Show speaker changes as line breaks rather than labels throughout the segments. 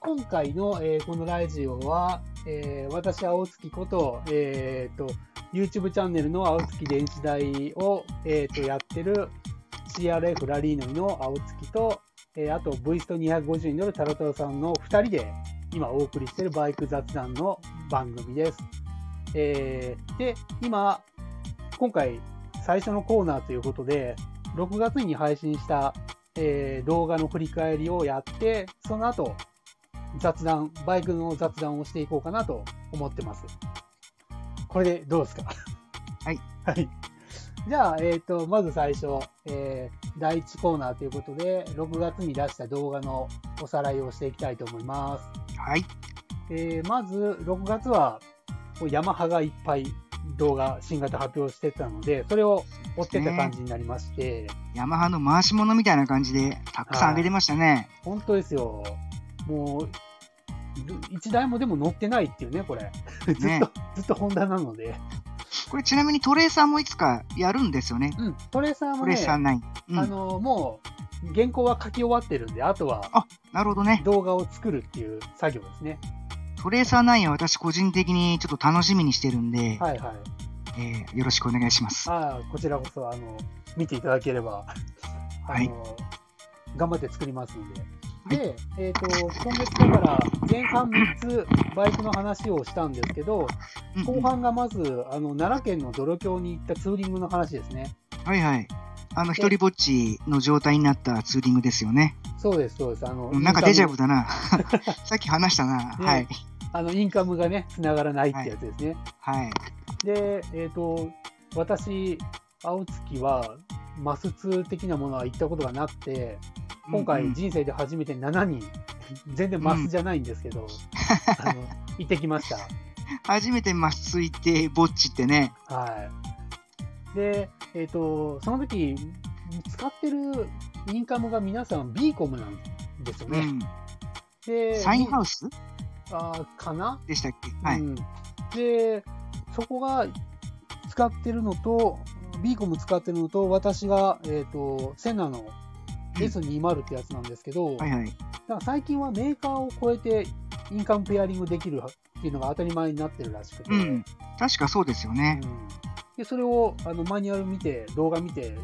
今回の、えーこのラジオは、えー私、青月こと、えーと、YouTube チャンネルの青月電子台を、えーとやってる CRF ラリーノイの青月と、えーあと V スト250に乗るタラタラさんの2人で今お送りしているバイク雑談の番組です。えーで、今、今回最初のコーナーということで、6月に配信した、えー動画の振り返りをやって、その後、雑談、バイクの雑談をしていこうかなと思ってます。これでどうですか
はい。
はい。じゃあ、えっ、と、まず最初、えー第1コーナーということで、6月に出した動画のおさらいをしていきたいと思います。
はい。
えーまず6月はこうヤマハがいっぱい動画新型発表してたのでそれを追ってた感じになりまして、
ヤマハの回し物みたいな感じで、たくさん上げてましたね。
本当ですよもう1台もでも乗ってないっていうねこれ ずっと、
ね
ずっとホンダなので、
これちなみにトレーサーもいつかやるんですよね。
うん、トレーサー
ト
も
レー
ね
サーない。うん。
あのもう原稿は書き終わってるんであとは
あ、なるほどね。
動画を作るっていう作業ですね
トレーサー9は私個人的にちょっと楽しみにしてるんで、
はいはい
えーよろしくお願いします。
ああこちらこそあの見ていただければあ
はい
の、頑張って作りますので。で、えっ、と、今月だから前半3つバイクの話をしたんですけど、
うん
後半がまず、あの、奈良県の泥峡に行ったツーリングの話ですね。
はいはい。あの、一人ぼっちの状態になったツーリングですよね。
そうです、そうです。あの、
うんなんかデジャ
イン
ブだな。 さっき話したな。
ね
はい。
カムあの、インカムがね、繋がらないってやつですね。
はい。
で、えっ、と、私、青月は、マス2的なものは行ったことがなくて、今
うんう
回
ん
人生で初めて7人、全然マスじゃないんですけ ど、あの行ってきました。
初めてまっすいて、ぼっちってね。
はい。で、えっ、と、その時、使ってるインカムが皆さん B コムなんですよ
う
ね。
ん。
で、
サインハウス
あーかな、
でしたっけは
う
い。
ん。で、そこが使ってるのと、B コム使ってるのと、私が、えっ、と、セナの S20 ってやつなんですけど、
はいはい。
だから最近はメーカーを超えてインカムペアリングできるっていうのが当たり前になってるらしくて、
う
うん
ん。確かそうですよね。
でそれをあのマニュアル見て動画見て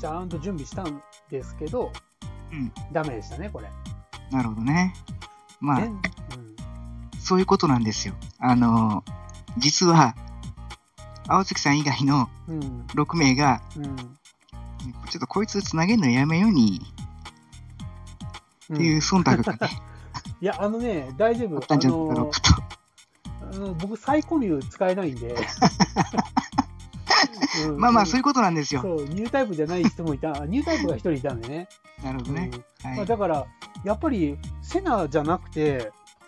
ちゃんと準備したんですけど、
うん
ダメでしたねこれ、
なるほどね。まあ
全、うん
そういうことなんですよ。あのー、実は、青月さん以外の
うん
6名が、
うん
ちょっとこいつつなげるのやめように
うん
っていう
い
忖度 がね、
やあのね大丈夫
あったんじゃないかろうかと。
あの僕サイコミュー使えないん で、うん
まあまあ、そういうことなんですよ。
そうニュータイプじゃない人もいたニュータイプが一人いたんでね
なるほど
うん
ね。
ま
は
あ、
い。
だから、やっぱりセナじゃなくて、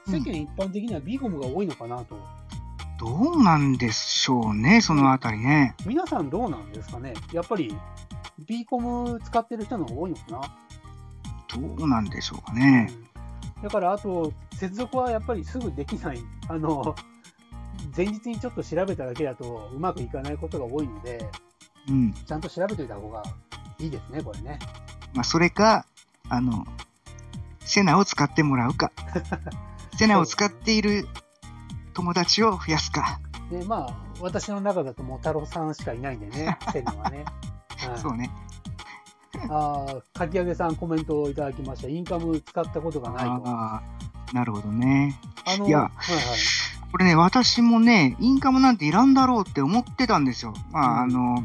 うん
世間一般的にはビーコムが多いのかなと、
どうなんでしょうね、そのあたりね。
皆さんどうなんですかね、やっぱりビーコム使ってる人の方が多いのかな、
どうなんでしょうかね。
うんだからあと、接続はやっぱりすぐできない、あの前日にちょっと調べただけだとうまくいかないことが多いので、
うん。
ちゃんと調べといた方がいいですね、これね。
まあ、それか、あの、セナを使ってもら うか。セナを使っている友達を増やすか。
で、まあ、私の中だと、もう太郎さんしかいないんで ね、セナはね。はい
そうね。
あーかき揚げさんコメントをいただきました。インカム使ったことがないと。
ああ、なるほどね。
あの
いや
はいはい。
これね、私もね、インカムなんていらんだろうって思ってたんですよ。まあ、
う
あ
ん
の、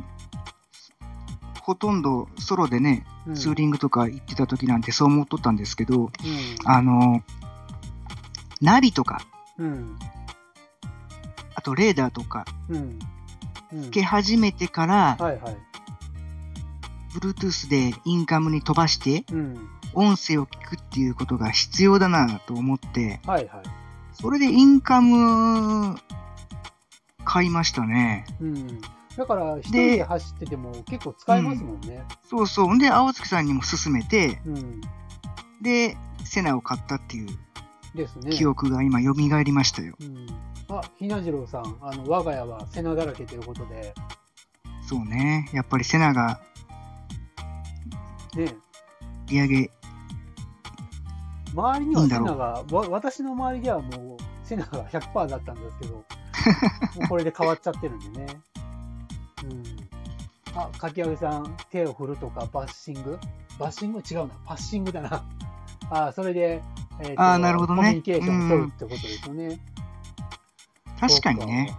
ほとんどソロでね、
うん
ツーリングとか行ってた時なんてそう思っとったんですけど、
うん
あの、ナビとか、
うん。
あとレーダーとか、
うん。うん
つけ始めてから、
はいはい。
Bluetooth でインカムに飛ばして、
うん。
音声を聞くっていうことが必要だなと思って、
はいはい。
それでインカム、買いましたね。
うん。だから、一人で走ってても結構使えますもんね。
そうそう。んで、青月さんにも勧めて、
うん。
で、セナを買ったっていう
ですね。
記憶が今蘇りましたよ。
うん。あ、ひなじろうさん、あの、我が家はセナだらけということで、
そうね。やっぱりセナが
ね、
利上げ
周りに
いい
は
ん
セ
だろう
ナが、わ私の周りではもうセナが100%だったんですけ ど、もうこれで変わっちゃってるんでね。うん。あ、かきあげさん、手を振るとかバッシングバッシング違うな、パッシングだな。あ、それで、えーと
あーなるほどね
コミュニケーションを取るってことですよね。
確かにね。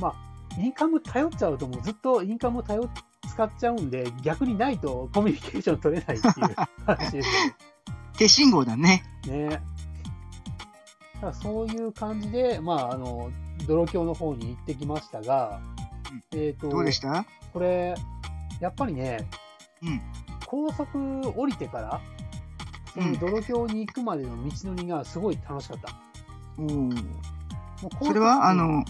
まあ、インカム頼っちゃうと、もうずっとインカムを頼っ使っちゃうんで、逆にないとコミュニケーション取れないっていう話です
手信号だね。
よ ね。だからそういう感じで、まあ、あの、泥鏡の方に行ってきましたが、えっ、と、
どうでした
これ、やっぱりね、
うん
高速降りてから、その泥鏡に行くまでの道のりがすごい楽しかった。
おー
もう高速
それは、あ、の、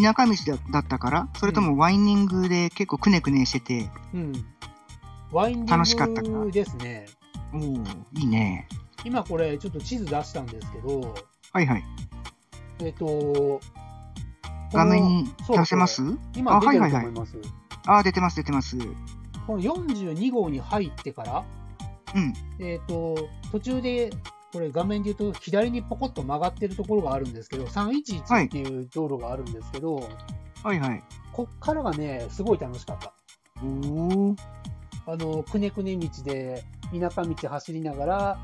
田舎道だだったからそれともワインディングで結構くねくねしてて、
うん。ワインデ
楽しかったか
ィングですね。
おーいいね。
今これちょっと地図出したんですけど、
はいはい。
えっ、と、この
画面に
そう
出せます
今
あ
出て
は
る
い
と
はいはい
思います。
ああ、出てます出てます。
この42号に入ってから、
うん。
えっ、と、途中で、これ画面で言うと左にポコッと曲がってるところがあるんですけど、
はい
311っていう道路があるんですけど、
はいはい。
こっからがね、すごい楽しかった。
おお。
あの、くねくね道で、田舎道走りながら、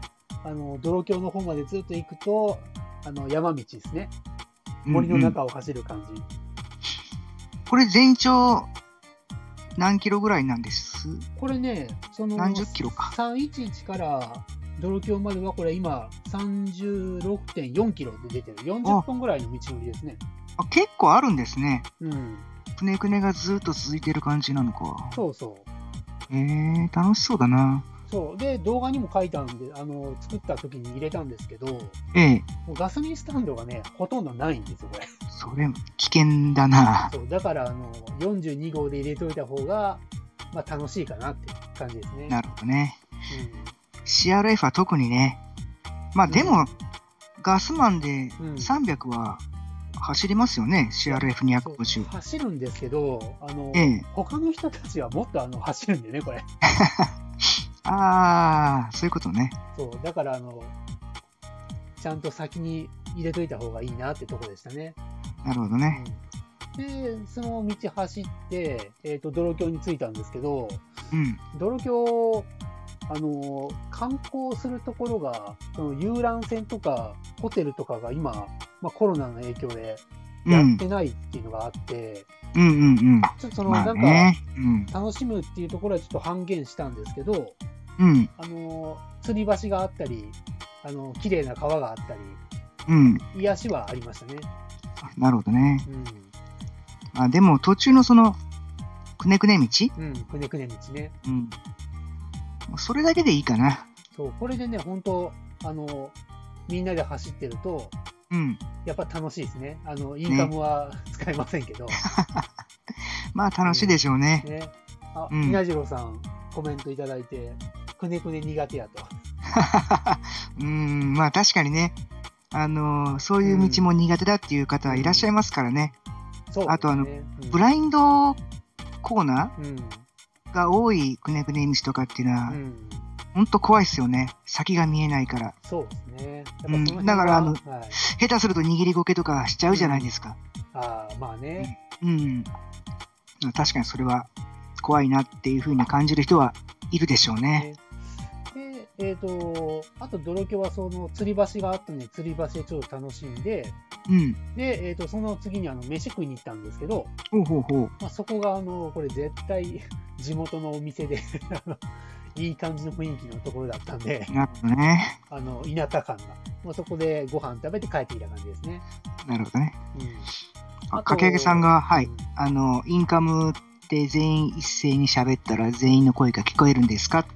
あの、泥橋の方までずっと行くと、あの、山道ですね。森の
うんうん
中を走る感じ。
これ全長何キロぐらいなんです
これね、その、
何十キロか
311から泥橋までは、これ今、36.4キロで出てる。
あ
40本ぐらいの道のりですね。
あ結構あるんですね。
うん。
くねくねがずっと続いてる感じなのか。
そうそう。
へえー、楽しそうだな。
そう。で、動画にも書いたんで、あの、作った時に入れたんですけど、も
ええ、
うガソリンスタンドがね、ほとんどないんですよ、これ。
それ危険だな。
そう。だから、あの、42号で入れといた方が、まあ、楽しいかなっていう感じですね。
なるほどね。CRF は特にね。まあ
うん
でも、ガスマンで
うん
300は走りますよね、
うんそう
CRF250。
走るんですけど、あの、
ええ。
他の人たちはもっとあの走るんでね、これ。
ああ、そういうことね。
そう、だからあの、ちゃんと先に入れといた方がいいなってとこでしたね。
なるほどね。
で、その道走って、えっ、と、泥橋に着いたんですけど、
うん。
泥橋、あの、観光するところが、その遊覧船とかホテルとかが今、まあ、コロナの影響で
うん。
やってないっていうのがあって、
うんうん
ちょっと
う
そ
ん。
の、
ま
な
あ
んか、
ね。うん。
楽しむっていうところはちょっと半減したんですけど、
うん。
あの吊り橋があったり、あの綺麗な川があったり、
うん。
癒しはありましたね。
なるほどね。
う
あでも途中のそのくねくね道、
ん、うん、くねくね道ね。
うん、それだけでいいかな。
そう、これでね、本当あのみんなで走ってると、
うん、
やっぱ楽しいですね。あのインカムは使えませんけど、
まあ楽しいでしょうね。
ね。あ、
うん
稲次郎さん、コメントいただいて、くねくね苦手やと。
うん、まあ確かにね、あのーそういう道も苦手だっていう方はいらっしゃいますからね。
そう、
あとあの
ね、うん
ブラインドコーナ
うん、
ーが多いくねくね道とかっていうのは、
うん、
ほんと怖いですよね。先が見えないから。
そうですね。やっぱそ
うん
辺は
だからあの
はい、
下手すると握りごけとかしちゃうじゃないですか。
あーまあね、
うん。確かにそれは怖いなっていうふうに感じる人はいるでしょうね。
で、えっ、と、あと、泥橋はその吊り橋があったので、吊り橋でちょっと楽しんで、
うん。
で、えっ、と、その次にあの、飯食いに行ったんですけど、
ほうほうほう。
まあ、そこが、あの、これ絶対地元のお店で あの、いい感じの雰囲気のところだったんで、
なるほどね。
あの、田舎感が。まあ、そこでご飯食べて帰ってきた感じですね。
なるほどね。
うん。
あ
あと
かけあげさんが、はい。
うん
あの、インカムって全員一斉に喋ったら全員の声が聞こえるんですかっ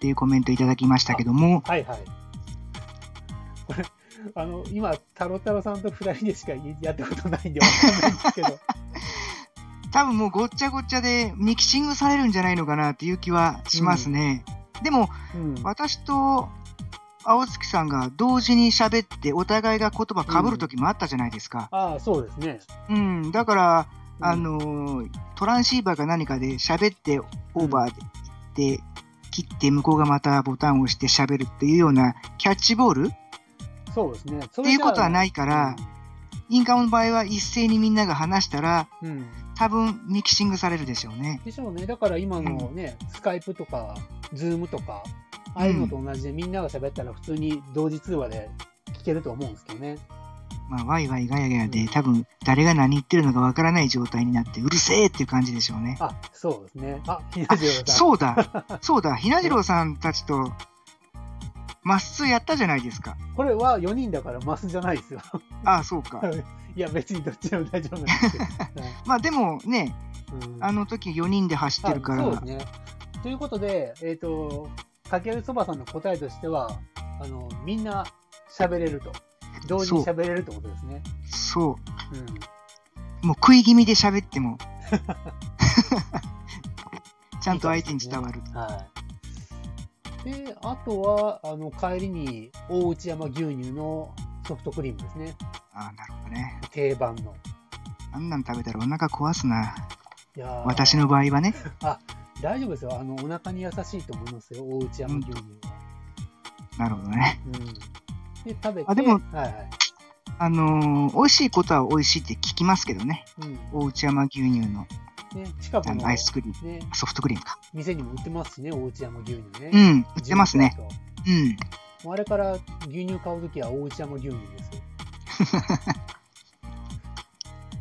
ていうコメントいただきましたけども、
はい はい。これ、あの、今、タロタロさんと二人でしかやったことないんでわかんないんですけど、
多分もうごっちゃごっちゃでミキシングされるんじゃないのかなっていう気はしますね。でも、
うん。
私と青月さんが同時に喋ってお互いが言葉かぶる時もあったじゃないですか。
ああ、そうですね。
うん、だから、
うん
あのートランシーバーか何かで喋ってオーバーで、切って向こうがまたボタンを押して喋るっていうようなキャッチボールっ
そうですね。って
いうことはないいから、インカムの場合は一斉にみんなが話したら、
うん。
多分ミキシングされるでしょうね。
でしょうね。だから今のね、スカイプとか、ズームとか、ああいうのと同じでみんなが喋ったら普通に同時通話で聞けると思うんですけどね。
まあ、ワイワイガヤガヤ
うん
で、多分誰が何言ってるのかわからない状態になって、うるせえっていう感じでしょうね。
あ、そうですね。あ、ひな
あ
じろうさん。
そうだ、そうだ、ひなじろうさんたちと、マッスーやったじゃないですか。
これは4人だからマスじゃないですよ。
ああ、そうか。
いや、別にどっちでも大丈夫なんですけど。はい
まあ、でもね、
うん
あの時4人で走ってるか
あ
ら
そう、ですね。ということで、えっ、と、かけるそばさんの答えとしては、あの、みんな喋れると。同時に喋れるってことですね。
そう
うん。
もう食い気味で喋って も、ちゃんと相手に伝わる。
はい。で、あとは、あの、帰りに、大内山牛乳のソフトクリームですね。
ああ、なるほどね。
定番の。
あんなん食べたらお腹壊すな。
いやー
私の場合はね。
大丈夫ですよ。あの、お腹に優しいと思いますよ。大内山牛乳は。
なるほどね。
うん。で、食べて。
あでも
はいはい。
あのー美味しいことは美味しいって聞きますけどね。
うん。
大内山牛乳の
ね、近
あ
く
の
の、
アイ
ね、
スクリーム、ソフトクリームか。
店にも売ってますしね、大内山牛乳ね。
うん、売ってますね。。うん。
もうあれから牛乳買うときは大内山牛乳 ですよ。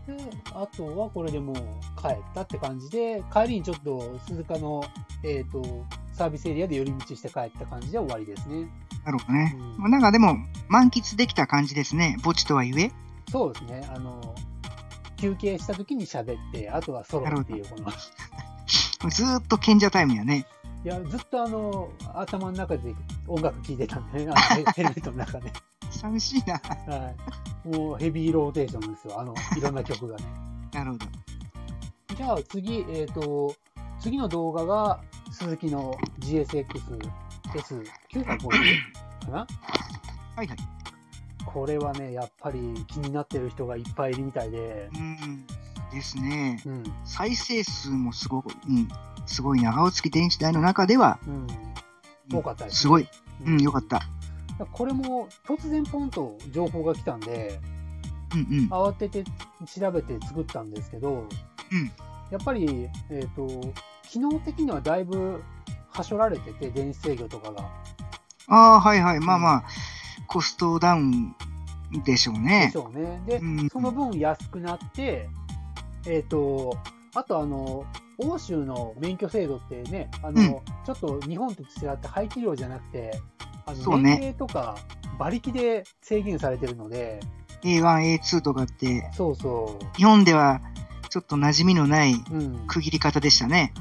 であとはこれでもう帰ったって感じで帰りにちょっと鈴鹿の、えー、とサービスエリアで寄り道して帰った感じで終わりですね。
なるほどね。
う
なんかでも、満喫できた感じですね。墓地とはいえ。
そうですね。あの休憩したときに喋ってあとはソロっていうこの
ずーっと賢者タイムやね。
いやずっとあの頭の中で音楽聴いてたんでねあのヘ ヘルメットの中で、
寂しいな。
はい、もうヘビーローテーションですよあのいろんな曲がね。
なるほど。
じゃあ次、えっ、と、次の動画が、鈴木の GSX-S950 かな
はいはい。
これはね、やっぱり気になってる人がいっぱいいるみたいで
う、ん。ですね。
うん、
再生数もすごく、うん。すごい長尾月電子台の中では、
うん、
うん
多かったです
すごい。
う
うん、よかった。
た。これも突然ポンと情報が来たんで、
うんうん。
慌てて調べて作ったんですけど、
うん
やっぱり、えっ、と、機能的にはだいぶはしょられてて、電子制御とかが。
ああ、はいはい。まあまあ、コストダウンでしょう
で
ね
し。ょうね。で、
うん
その分安くなって、えっ、と、あとあの、欧州の免許制度ってね、あの、
うん
ちょっと日本と違って排気量じゃなくて、あ
そ
の、
うね
年齢とか馬力で制限されてるので、
A1、A2 とかって、
そうそ。
日本ではちょっと馴染みのない
う
う
ん。
区切り方でしたね。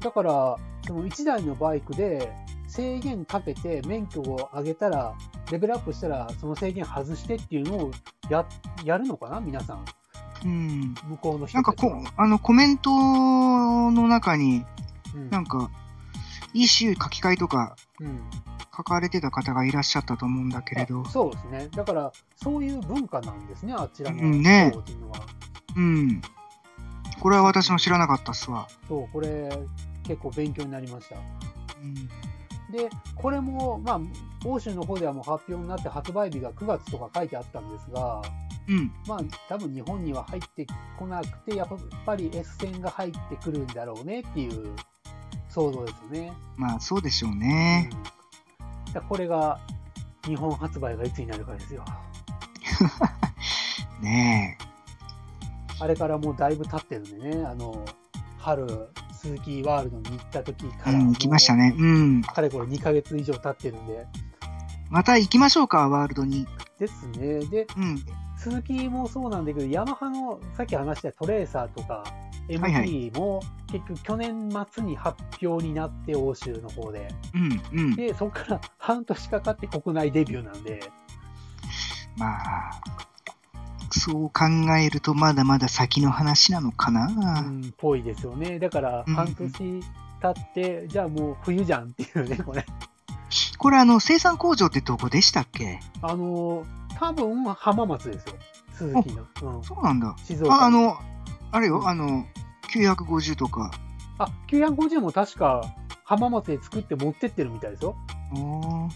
だから、その1台のバイクで制限かけて免許を上げたら、レベルアップしたら、その制限外してっていうのをや、やるのかな皆さん。
うん。
向こうの人
なんか
たちは
こう、あの、コメントの中に、
うん
なんか、ECU 書き換えとか
うん。
書かれてた方がいらっしゃったと思うんだけれど
あ、そうですねだからそういう文化なんですねあちらの
うんね
方っていうのは、
うん。これは私も知らなかったっすわ。
そうこれ結構勉強になりました
うん。
でこれもまあ欧州の方ではもう発表になって発売日が9月とか書いてあったんですが
うん。
まあ多分日本には入ってこなくてやっぱり S 線が入ってくるんだろうねっていう想像ですよね、
まあ、そうでしょう
うん。、
ね
だからこれが日本発売がいつになるかですよ
ね
あれからもうだいぶ経ってるんでね、あの、春、鈴木ワールドに行った時
え。
か
う
ら、
ん、行きました。ね。うん。
かれこれ2ヶ月以上経ってるんで。
また行きましょうか、ワールドに。
ですね。で、
うん。
鈴木もそうなんだけど、ヤマハの、さっき話したトレーサーとか、
はいは
MT も結局去年末に発表になって、欧州の方で。
うん。うん。
で、そこから半年かかって国内デビューなんで、
まあ、そう考えると、まだまだ先の話なのか
う
な。
ん、ぽいですよね。だから
うん
半年経って、じゃあもう冬じゃんっていうね、これ。
これ、あの、生産工場ってどこでしたっけ
あのー、多分浜松ですよ、鈴木の。うん、
そうなんだ。
静岡
あ、あ、の、あれ
うん
よ、あの、950とか。
あ950も確か浜松で作って持ってってるみたいですよ。
おー
うん、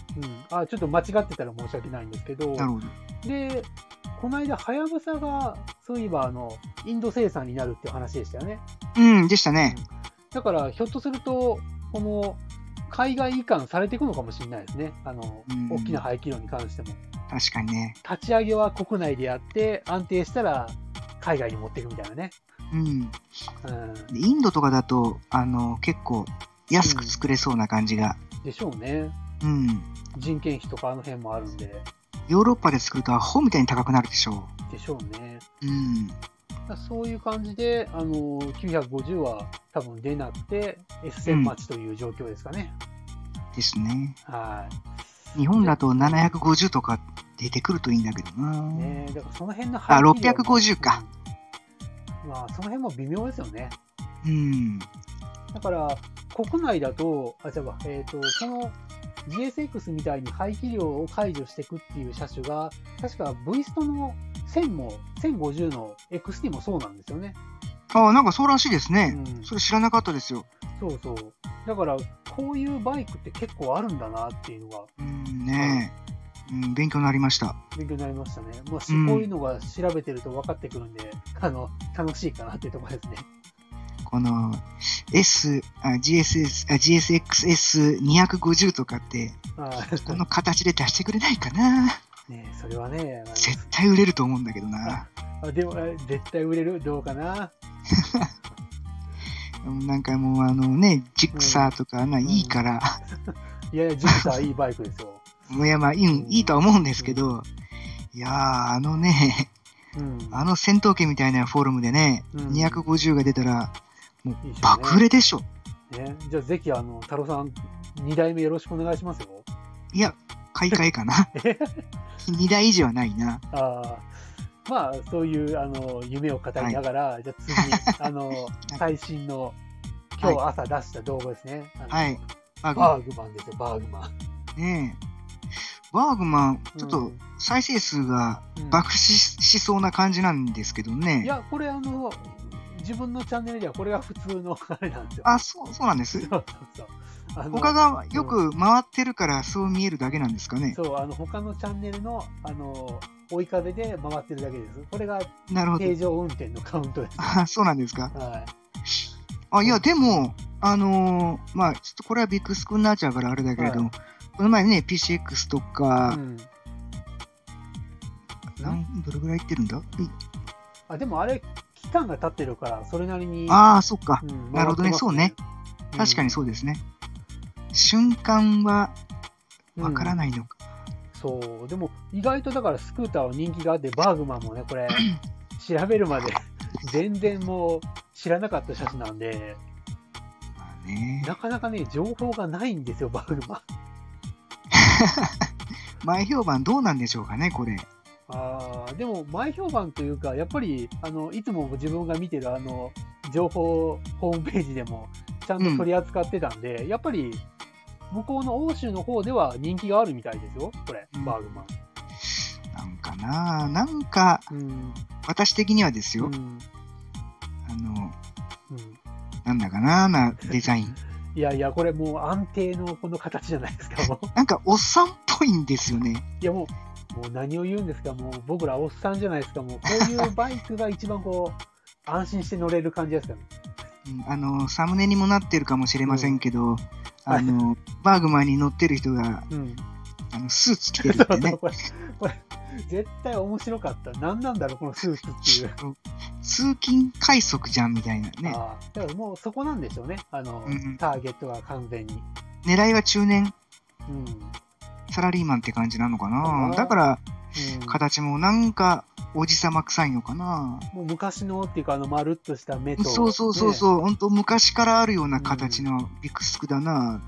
あちょっと間違ってたら申し訳ないんですけど、
なるほど。
で、この間、はやぶさが、そういえばあの、インド生産になるっていう話でしたよね。
うん、でしたね。
だから、ひょっとすると、この海外移管されていくのかもしれないですね、あの
うん
大きな排気量に関しても。
確かにね。
立ち上げは国内でやって、安定したら海外に持っていくみたいなね。
うん。で
うん、
インドとかだと、あの、結構安く作れそうな感じが。
でしょうね。
うん。
人件費とかあの辺もあるんで、
ヨーロッパで作るとアホみたいに高くなるでしょ
でしょうね。
う。うん。
だからそういう感じで、あの950は多分出なくて、S1000 待ちという状況ですかね。
ですね。
はい。
日本だと750とか出てくるといいんだけどな。
ねえ、だからその辺の
あ
排気量も
650か。
まあ、その辺も微妙ですよね。
うん。
だから、国内だと、あ、違うわえっ、と、その GSX みたいに排気量を解除していくっていう車種が、確か V ストの1000も、1050の XT もそうなんですよね。
ああ、なんかそうらしいです
う
ね。
ん、
それ知らなかったですよ。
そうそう。だから、こういうバイクって結構あるんだなっていうのが
うん、ねえ。うん、勉強になりました。
勉強になりましたね。まあ、し
うん
こういうのが調べてると分かってくるんで、あの、楽しいかなっていうところですね。
この S、あ GSS、あ GSXS250 とかって、
あ
この形で出してくれないかな。
あねえそれはね、あの
絶対売れると思うんだけどな。
あでもえ絶対売れるどうかな
うんなんかもうあのね、ジクサーとかあんなんいいから、
いやいやジクサーいいバイクですよ、
いやまあいいいいとは思うんですけど、いやー、あのね、
うん、
あの戦闘機みたいなフォルムでね、
うん
250が出たら
いいでしょうね
爆売れでしょ。
ねじゃあぜひあの太郎さん2代目よろしくお願いしますよ
いや、買い替え かな。2台以上はないな。
あーまあそういうあの夢を語りながら、じゃあ 次にあの最新の今日朝出した動画ですね、あの
はい。バーグマ
バーグマンですよバーグマン
ン。ねえ。バーグマン、ちょっと再生数が
うん
爆死ししそうな感じなんですけど
い
ね。
やこれあの自分のチャンネルではこれが普通のあれなんですよ
あ、そう、そうなんです。
そうそうそうあの
他がよく回ってるからそう見えるだけなんですかね。
そう、あの、他のチャンネルの、あの、追い風で回ってるだけです。これが
なるほど
平。常運転のカウントです。
あ、そうなんですか。
は
あ、いや、でも、あのーまあ、ちょっとこれはビッグスクになっちゃうからあれだけれども、この前ね、PCX と
い。
か
う、ん。
なんどれぐらい行ってるんだ、い
あ、でもあれ、期間が経ってるから、それなりに。
ああ、そっか
う。ん
なるほどねそうね。確かにそうですね。瞬間はわから
い、
ないのか。
うんそう。でも、意外とだからスクーターは人気があって、バーグマンもね、こ れ、調べるまで、全然もう、知らなかった車種なんで、
まあね、
なかなかね、情報がないんですよ、バーグマン。
前評判どうなんでしょうかね、これ。
あーでも前評判というかやっぱりあのいつも自分が見てるあの情報ホームページでもちゃんと取り扱ってたんで、やっぱり向こうの欧州の方では人気があるみたいですよこれ
うん
バーグマン。
なんかな、なんか、
うん
私的にはです
う
よ、
ん
あの、
うん
なんだかな、なデザイン。
いやいやこれもう安定のこの形じゃないですか もう
なんか、おっさんっぽいんですよね。
いやもうもう何を言うんですかもう僕らおっさんじゃないですかもうこういうバイクが一番こう安心して乗れる感じですよね。
うんあの、サムネにもなってるかもしれませんけど、あの、バーグマンに乗ってる人が、
うん
あのスーツ着てる ってね、
これ、これ、絶対面白かった。何なんだろう、このスーツっていう。
通勤快速じゃんみたいなね。
あーだからもうそこなんでしょうね。あの、
うんうん
ターゲットが完全に。
狙いは中年
うん。うん
サラリーマンって感じなのか
う
な。
ん
だから、形もなんか、おじさま臭いのかな。
もう昔のっていうか、あの、まるっとした目と。
そうそうそう
う。
そう、本当昔からあるような形のビクスクだな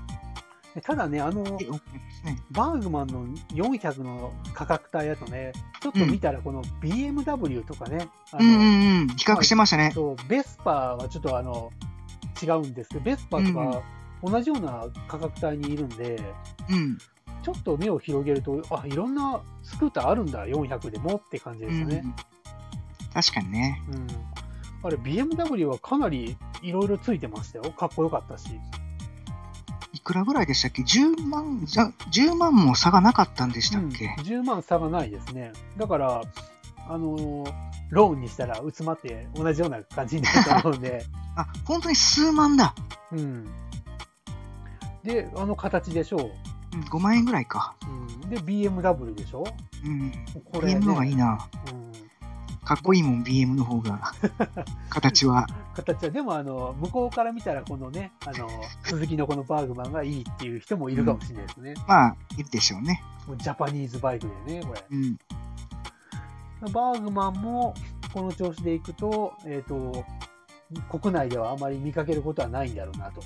ただね、あの
って、思いますね。
バーグマンの400の価格帯だとね、ちょっと見たら、この BMW とかね、あ
う
の、
んうんうん、比較してましたね。
そうベスパーはちょっとあの、違うんですけど、ベスパーとか、同じような価格帯にいるんで、
うん。
ちょっと目を広げると、あいろんなスクーターあるんだ、400でもって感じ
う
ですよ
んう
ね。
ん確かにね。
うんあれ、BMW はかなりいろいろついてましたよ、かっこよかったし。
くらぐらいでしたっけ ?10 万、じゃ、10万も差がなかったんでしたっけ、
うん、10万差がないですね。だから、あのーローンにしたら、うつまって同じような感じになると思うん で、
あ、本当に数万だ。
うん。で、あの形でしょう。
うん、5万円ぐらいか。
うん、で、BMW でしょ
うん。
こ
BM の方がいいな。
うん、
かっこいいもん、BM の 方が。形は。
形は、でもあの、向こうから見たら、このね、あの、鈴木のこのバーグマンがいいっていう人もいるかもしれないですね。
まあ、いるでしょうね。
もうジャパニーズバイクでね、これ。
うん。
バーグマンも、この調子でいくと、えっ、と、国内ではあまり見かけることはないんだろうなと。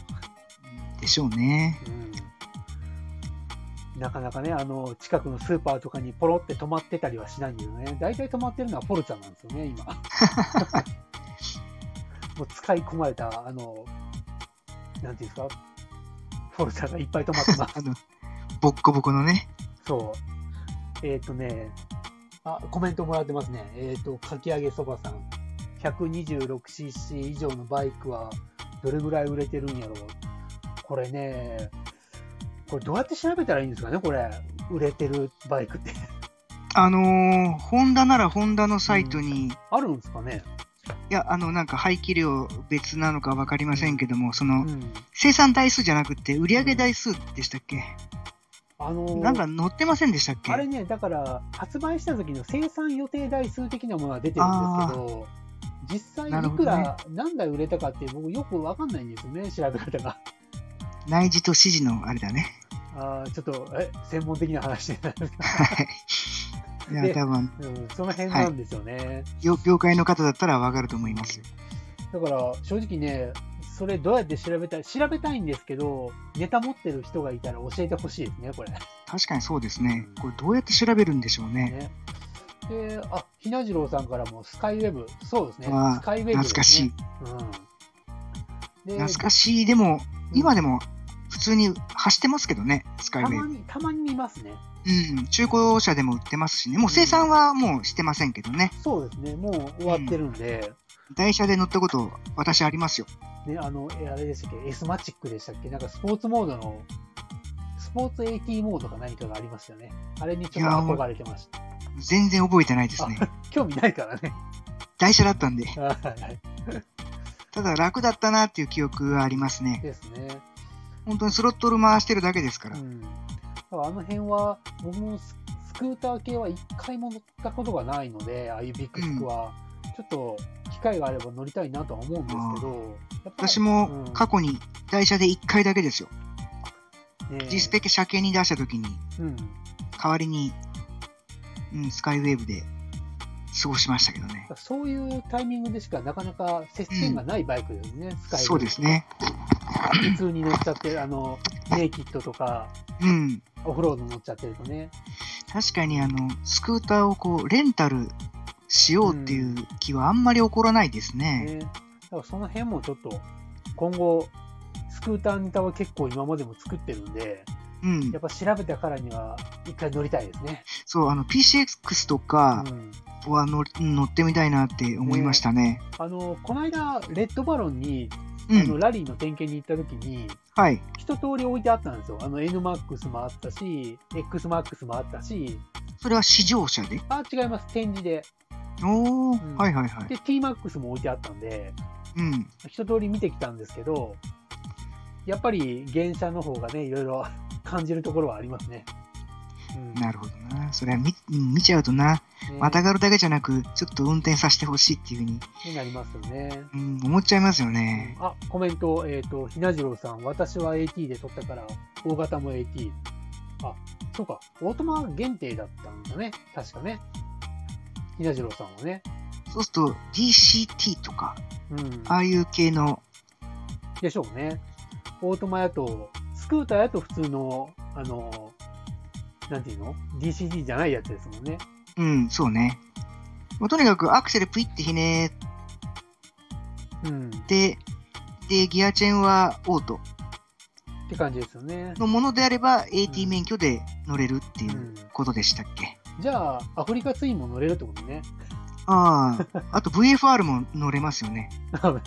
でしょうね。
うんなかなかね、あの、近くのスーパーとかにポロって止まってたりはしないんだよね。大体止まってるのはポルチャなんですよね、今。もう使い込まれた、あの、なんていうんですか、ポルチャがいっぱい止まってます
あ。の、ボッコボコのね。
そう。えっ、とね、あ、コメントもらってますね。えっ、と、かき揚げそばさん。126cc 以上のバイクはどれぐらい売れてるんやろう。これね、これどうやって調べたらいいんですかね、これ。売れてるバイクって。
あのーホンダならホンダのサイトに、い
あるんですかね。
や、あの、なんか排気量別なのかわかりませんけども、そうの、
ん。
生産台数じゃなくて、売上台数でしたっけ、
あのー
なんか載ってませんでしたっけ
あれね、だから、発売した時の生産予定台数的なものは出てるんですけど、実際
なる
い
ほ
く
どね
ら、何台売れたかって僕よくわかんないんですよね、調べ方が。
内示と指示のあれだね。
あーちょっとえ専門的な話になるんですか、
はい。い
で
や、多分、
うん、その辺なんですよね、
業業界の方だったらわかると思いますよ。
だから正直ねそれどうやって調べたい調べたいんですけどネタ持ってる人がいたら教えてほしいですねこれ
確かにそうですね。これどうやって調べるんでしょう
ね
ね。
であひなじろうさんからもスカイウェブそうですね
あ
ス
ー
カイウェブ、ね、
懐かしい。
うん、で
懐かしい。でも、今
で
でも普通に走ってますけどね、スカイウ
た
ェイ
ま。にたまに見ますね
うん、中古車でも売ってますしね、もう生産はもうしてませんけどね、
そうですねもう終わってるんで、
台車で乗ったこと、私ありますよ。
ね、あの、えあれでしたっけ ?S マチックでしたっけなんかスポーツモードの、スポーツ AT モードか何かがありましたよね。あれにちょっと憧れてました。
全然覚えてないですね。
興味ないからね。
台車だったんで、
はい
ただ楽だったなっていう記憶はありますね。
ですね。
本当にスロットル回してるだけですから。
うん。だからあの辺は、僕もススクーター系は一回も乗ったことがないので、ああいうビッグスクは、ちょっと機会があれば乗りたいなとは思うんですけど、やっぱり
私も過去に台車で1回だけですよ。
うんね
ジスペック車検に出した時に、
うん。
代わりに、うん、スカイウェーブで過ごしましたけどね。
そういうタイミングでしかなかなか接点がないバイクですね、スカイウェイ
そうですね。
普通に乗っちゃってる、あの、ネイキッドとか、
うん。
オフロード乗っちゃってるとね。
確かにあのスクーターをこうレンタルしようっていう気はあんまり起こらないですね。
ねだからその辺もちょっと、今後、スクーターネタは結構今までも作ってるんで、
うん、
やっぱ調べたからには、一回乗りたいですね。
そうあの PCX と
う
か
ん。
は乗乗ってみたいなって思いましたね。
あの、この間、レッドバロンに、
う
あの
ん、
ラリーの点検に行った時に、
はい、
一通り置いてあったんですよ。あの、NMAX もあったし、XMAX もあったし、
それは試乗車で。
あ、違います、展示で。
おお、
ん
はいはいはい。
で、TMAX も置いてあったんで、
うん、
一通り見てきたんですけど、やっぱり原車の方がね、いろいろ 感じるところはありますね。うん
なるほどな。それは見うん見ちゃうとな、
ね
またがるだけじゃなく、ちょっと運転させてほしいっていうふうに、
になりますよね。
うん、思っちゃいますよね。
あ、コメント、えっ、と、ひなじろうさん、私は AT で撮ったから、大型も AT。あ、そうか、オートマ限定だったんだね、確かね。ひなじろうさんはね。
そうすると DCT とか、
うん。
ああいう系の、
でしょうね。オートマやと、スクーターやと普通の、あの、なんていうの ?DCD じゃないやつですもんね。
うん、そうね。もうとにかくアクセルプイってひね
うん。っ
で、で、ギアチェーンはオート
て感じですよね。
のものであれば
う
AT
ん
免許で乗れるっていうことでしたっけ、
じゃあ、アフリカツインも乗れるってことね。
あ あ、あと VFR も乗れますよね。
うん。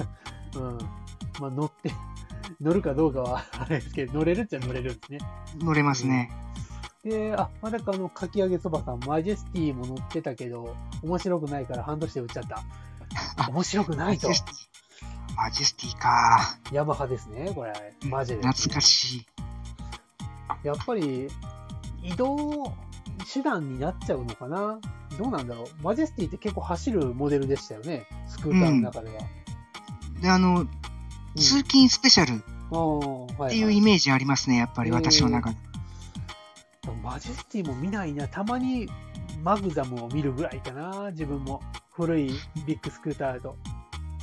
まあ、乗って、 乗るかどうかはあれですけど、乗れるっちゃ乗れるんですね。
乗れますね。
で、あ、まだかあの、かき揚げそばさん、マジェスティも乗ってたけど、面白くないから半年で売っちゃった。 面白くな
マ
い
ジ
と
ェ。スティ。マジェスティか。
ヤマハですね、これ。マジェです、ね。
懐かしい。
やっぱり、移動手段になっちゃうのかなどうなんだろうマジェスティって結構走るモデルでしたよね。スクーターの中では。
で、あの、通勤スペシャルっ
うん、ああ、は
ていうイメージありますね、やっぱり私の中で。
でもマジェスティも見ないな、たまにマグザムを見るぐらいかな、自分も。古いビッグスクーターだと。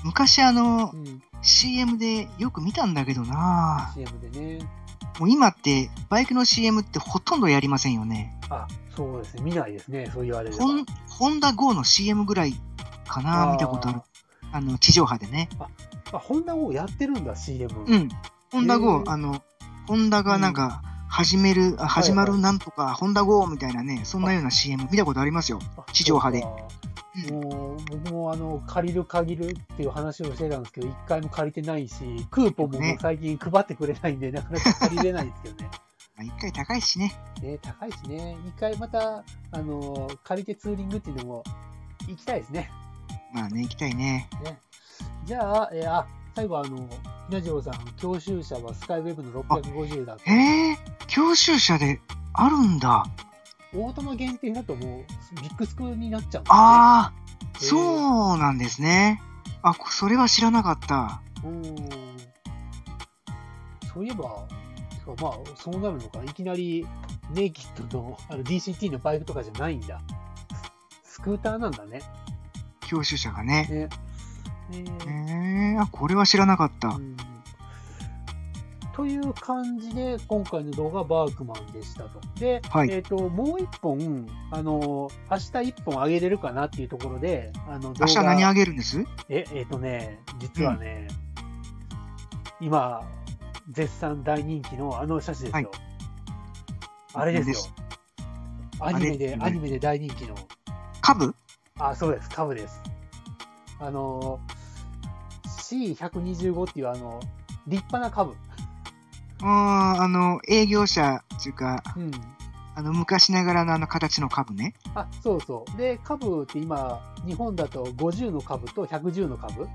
昔あの
う、ん、
CM でよく見たんだけどな
CM でね。
もう今って、バイクの CM ってほとんどやりませんよね。
あ、そうですね、見ないですね、そう言われる
ホンホンダ GO の CM ぐらいかな見たことある。あの、地上波でね。
あ、ホンダをやってるんだ、CM。
うん。ホンダ GO、
へー
あの、ホンダがなんか、始める、あ始まるなんとか、ホンダ GO みたいなね、そんなような CM 見たことありますよ。
あ
地上波で
そうか
うん
もう僕もあの借りる限るっていう話をしてたんですけど、一回も借りてないし、クーポンももう
ね
最近配ってくれないんで、なかなか借りれないんですけどね。
まあ一回高いしね。
ね高いしね、一回またあの借りてツーリングっていうのも行きたいですね。
まあね、行きたいね。
ねじゃあ、えーあ最後あの、ひなじろうさん、教習者はスカイウェブの650だって、
えー、教習車であるんだ。
オートマ限定だともうビッグスクになっちゃうんですね。
ああ、
へー
そうなんですね。あ、こそれは知らなかった。
うんそういえば、てかまあ、そうなるのか、いきなりネイキッドのあの DCT のバイクとかじゃないんだ。ススクーターなんだね。
教習車がね。
ねえ
え
ー
ー、あ、これは知らなかった。
うんという感じで、今回の動画はバークマンでしたと。で、
はい
えっ、と、もう一本、あの、明日一本上げれるかなっていうところで、あの、動
明
画
日何あげるんです
え、えっ、とね、実はね、今、絶賛大人気のあの写真ですよ。あれですよ。アニメで、
あれ
アニメで大人気の、
カブ
あ、そうです、カブです。あのー、C125 っていうあの、立派なカブ。
うーん、あの、営業者っていうか、
うん。
あの、昔ながらのあの形のカブね。
あ、そうそう。で、カブって今、日本だと50のカブと110のカブ、
う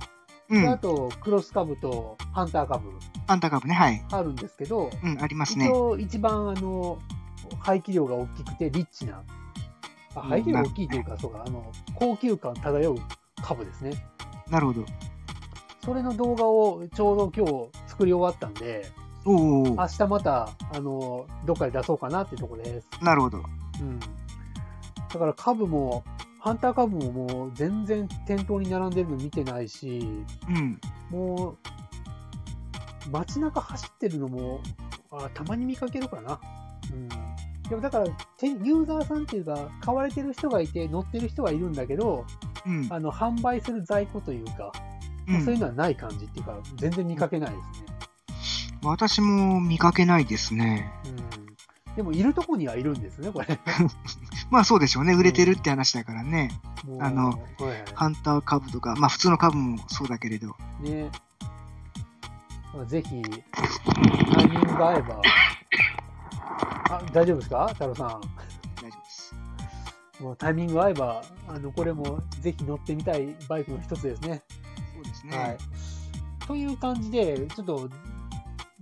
であ
ん、
と、クロスカブとハンターカブ
あんたカブね、はい。
あるんですけど、
うん、あります
一
ね。
応一番あの排気量が大きくてリッチな、あ
うん
排気量が大きいというか、そうかあの高級感漂う株ですね。
なるほど。
それの動画をちょうど今日作り終わったんで、
おーおー、
明日またあのどっかで出そうかなってとこです。
なるほど。
うん、だから株も、ハンター株ももう全然店頭に並んでるの見てないし、
うん。
もう、街中走ってるのも、あたまに見かけるかな。うん。でもだから、てユーザーさんっていうか、買われてる人がいて、乗ってる人はいるんだけど、
うん。
あの、販売する在庫というか、
う、
そういうんのはない感じっていうか、全然見かけないで
私も見かけないですね。
すね。うん。でも、いるとこにはいるんですね、これ。
まあそうでしょうね。売れてるって話だからね。
もう
あ
は
の、
い
ハンターカブとか、まあ普通のカブもそうだけれど。
ね。ぜひ、タイミングが合えば。あ、大丈夫ですか太郎さん。
大丈夫です。
もうタイミング合えば、あのこれもぜひ乗ってみたいバイクの一つですね。
そうですね。
はい、という感じで、ちょっと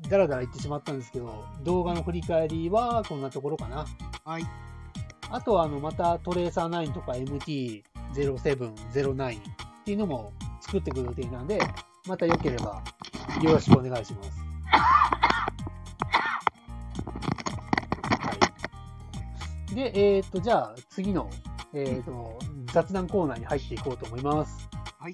だらだら言ってしまったんですけど、動画の振り返りはこんなところかな。
はい。
あとはあのまたトレーサー9とか MT0709 っていうのも作っていく予定なんで、また良ければよろしくお願いします。はい、で、えー、っと、じゃあ次の、えー、と雑談コーナーに入っていこうと思います。
はい。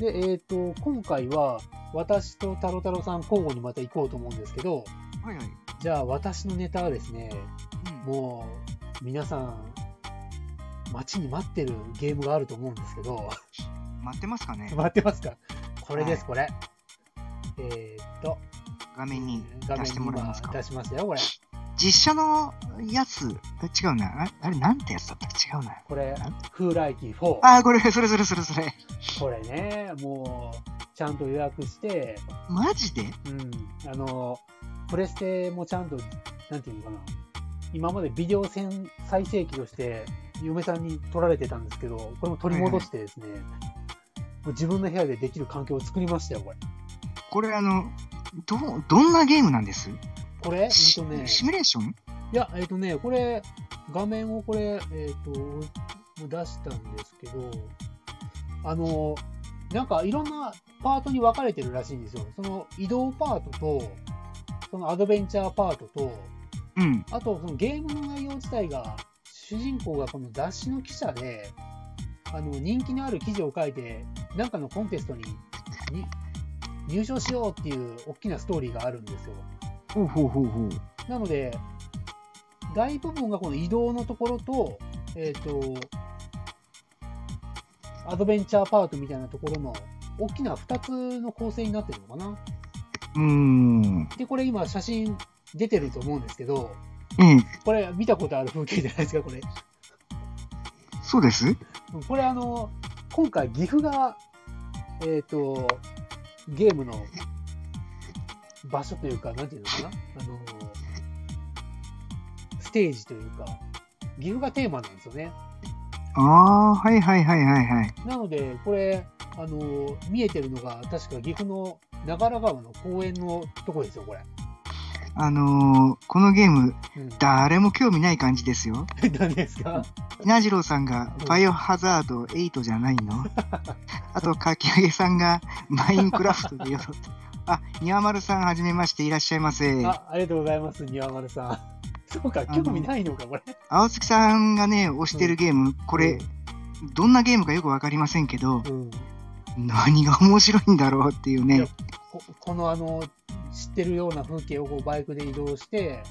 で、えー、っと、今回は私とタロタロさん交互にまた行こうと思うんですけど、
はいはい。
じゃあ私のネタはですね、
うん、
もう皆さん待ちに待ってるゲームがあると思うんですけど
待ってますかね
待ってますかこれです、
は
これえーっと
画面に
画面
出してもらえます
に
か
今出しましたよこれ
実写のやつ、違うな。ああれ、なんてやつだった違うな。
これ
なん
「風来機4」
あー、これ、それそれそれそれ。
これねもちゃんと予約して、
マジで
うん、あの、プレステもちゃんと、なんていうのかな、今までビデオ戦再生機として、嫁さんに取られてたんですけど、これも取り戻してですね、もう自分の部屋でできる環境を作りましたよ、これ。
これあの、どう、どんなゲームなんです
これ、えっ
シ
とね、
シミュレーション
いや、えっとね、これ、画面をこれ、えっと、出したんですけど、あの、なんかいろんなパートに分かれてるらしいんですよ。その移動パートと、そのアドベンチャーパートと、
うん。
あと、そのゲームの内容自体が、主人公がこの雑誌の記者で、あの人気のある記事を書いて、なんかのコンテストにに入賞しようっていう大きなストーリーがあるんですよ。
ほうほうほうほう。
なので、大部分がこの移動のところと、えっ、と、アドベンチャーパートみたいなところの大きな2つの構成になってるのかな。
うーん。
で、これ今写真出てると思うんですけど、
ええ、
これ見たことある風景じゃないですか、これ。
そうです
これあの今回岐阜がえっ、とゲームの場所というかなんていうのかなあのステージというか岐阜がテーマなんですよね
ああ、はいはいはいはいはい。
なのでこれあの見えてるのが確か岐阜の長良川の公園のとこですよこれ、
あのーこのゲーム、
うん、
誰も興味ない感じですよ。
何ですか
ひなじろうさんが、バイオハザード8じゃない のあと、かき上げさんが、マインクラフトでよろって。あ、にわまるさん、はじめまして、いらっしゃいませ。
あありがとうございます庭丸さん そうか興味ないのかこれ
青月さんがね、推してるゲーム、これ、どんなゲームかよくわかりませんけ
う
ど、
ん
何が面白いんだろうっていう
いや
ね。
ここのあの知ってるような風景をこうバイクで移動して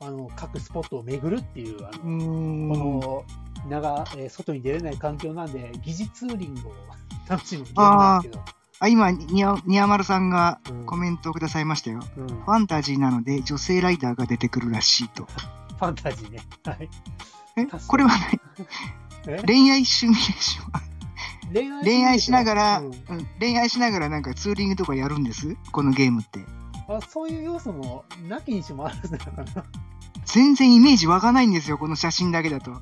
あの各スポットを巡るっていうあ
うー
の、
ん。
この長、えー外に出れない環境なんで疑似ツーリングを 楽しむゲームな
あ
ん
ー
です
あ、今、にわにわまるさんが
けど、うん
コメントをくださいましたよ。
うんフ
ファンタジーなので女性ライダーが出てくるらしいと。
ァンタジーね。はい、
え
確かに
これは何
え
恋愛シミュレーション
恋愛
恋愛しながら、
う
うんん恋愛しながらなんかツーリングとかやるんですこのゲームって。
あそういう要素もなきにしもあるんだからな。
全然イメージ湧かないんですよ、この写真だけだと。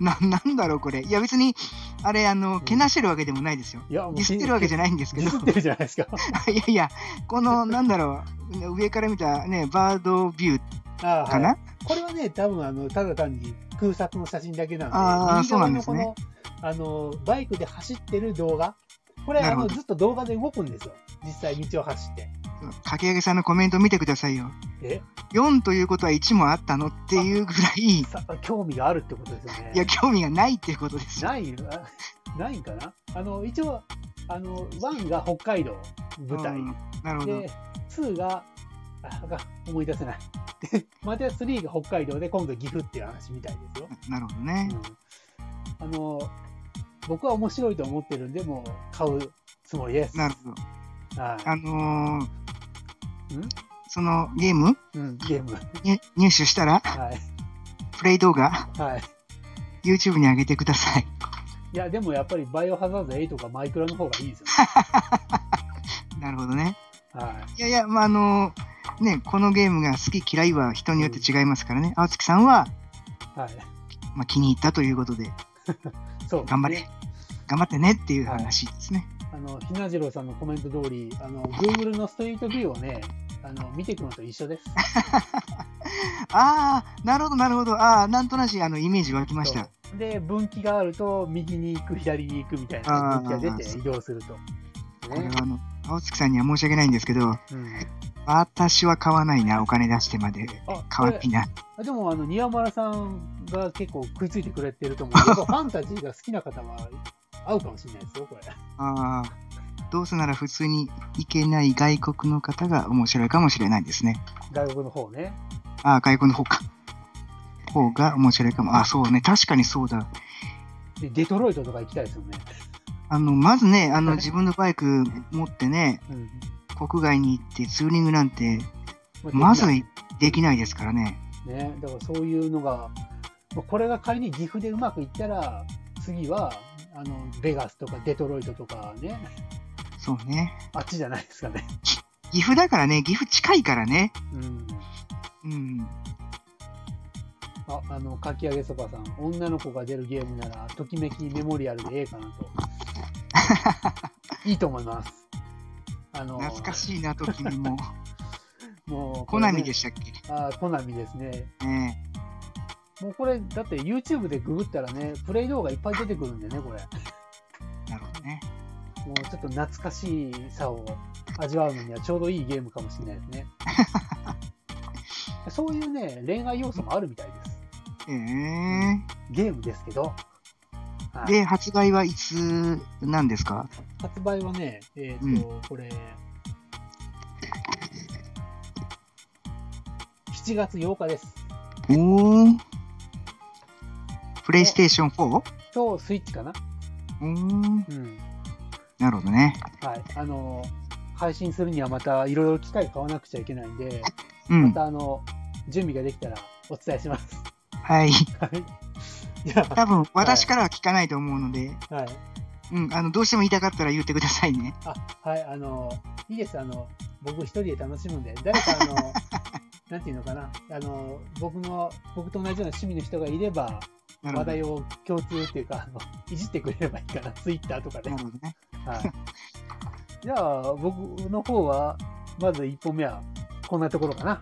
な、なんだろうこれ。いや別に、あれ、あの、けなしてるわけでもないですよ。
いやもう
ディスってるわけじゃないんですけ
ディ。
ど
スってるじゃないですか。
いやいや、この、なんだろう、上から見たね、バードビュー
あー
かな、
はいこれはね、多分あのただ単に空撮の写真だけなんで、
あー
右側の
そうなん
このあのバイクで走ってる動画、これ
な
あ
るほ
の
ど
ずっと動画で動くんですよ、実際道を走って。
かき上げさんのコメント見てくださいよ。
え
4ということは1もあったのっていうぐらい、
さ興味があるってことですよね。
いや、興味がないっていうことですよ。
ないよあないんかなあの一応あの、1が北海道舞台、
うんなるほど。
で、2が、あが思い出せない。で、また3が北海道で、今度岐阜っていう話みたいですよ。
なるほどね。
うんあの僕は面白いと思ってるんで、もう買うつもりです。
なるほど。
は
あのー
ん
そのゲーム
い、うん、ゲーム。
に入手したら、
はい。
プレイ動画、
はい。
YouTube に上げてください。
いや、でもやっぱりバイオハザード8とかマイクラの方がいいですよ、
なるほどね。
ね。はい
やいや、まあ、あのーね、このゲームが好き嫌いは人によって違いますからね。青月さんは、
い。はい。
まあ、気に入ったということで、
そう、
頑張れ。。頑張ってねっていう話ですね。
あの、ひなじろうさんのコメント通り、あの、Google のストリートビューをね、あの、見ていくのと一緒です。
ああ、なるほど、なるほど。ああ、なんとなし、あの、イメージ湧きまし
そ
た。
うで、分岐があると、右に行く、左に行くみたいな
あー
分岐が出て移動すると。
これ
ね
は、あの、青月さんには申し訳ないんですけど、
うん、
私は買わないな、お金出してまで。
あ
買わないな。
あでも、あの、庭村さんが結構食いついてくれてると思 う。やっぱファンタジーが好きな方は合うかもしれないですよ、これ。
ああ、どうせなら普通に行けない外国の方が面白いかもしれないですね。
外国の方ね。
ああ、外国の方か。方が面白いかも。ああ、そうね。確かにそうだ。
で、デトロイトとか行きたいですよね。
あの、まずね、あ
は
の、
い
自分のバイク持ってね、
うん。
国外に行ってツーリングなんて、
まあ
まず
でき
できないですからね。
ないね。だからそういうのが、まあこれが仮に岐阜でうまくいったら、次は、あの、ベガスとかデトロイトとかね、
そうね。
あっちじゃないですかね。
岐阜だからね、岐阜近いからね。
うん。
うん。
あ、あの、かき揚げそばさん、女の子が出るゲームなら、ときめきメモリアルでええかな と。いいと思います。あの、
懐かしいな、ときみも。
もう
コナミで
し
したっけ
あー、コナミですね。
ね
もうこれ、だって YouTube でググったらね、プレイ動画いっぱい出てくるんでね、これ。
えなるほどね。
もうちょっと懐かしさを味わうのにはちょうどいいゲームかもしれないです ね。そういうね、恋愛要素もあるみたいです。
ええ
ゲームですけど。はい
で、発売はいつなんですか
発売はね、えっ、と、これ、7月8日です。
おー。プレイステーション 4?
と、スイッチかな
うーん。
うん。
なるほどね。
はい。あの、配信するにはまたいろいろ機械買わなくちゃいけないんで、
う
ま
ん。
たあの、準備ができたらお伝えします。
はい。
はい。いや、
多分、私からは聞かないと思うので、
はい。
うん。あの、どうしても言いたかったら言ってください ね。
あ、はい、あの、いいです、あの、僕一人で楽しむんで、誰かあの、なんていうのかな、あの、僕の、僕と同じような趣味の人がいれば、
な
話
るほど。
題を共通っていうか、あのいじってくれればいいか な、ツイッターとかで。
な
はい
る、ほどね。
じゃあ、僕の方は、まず1本目は、こんなところかな。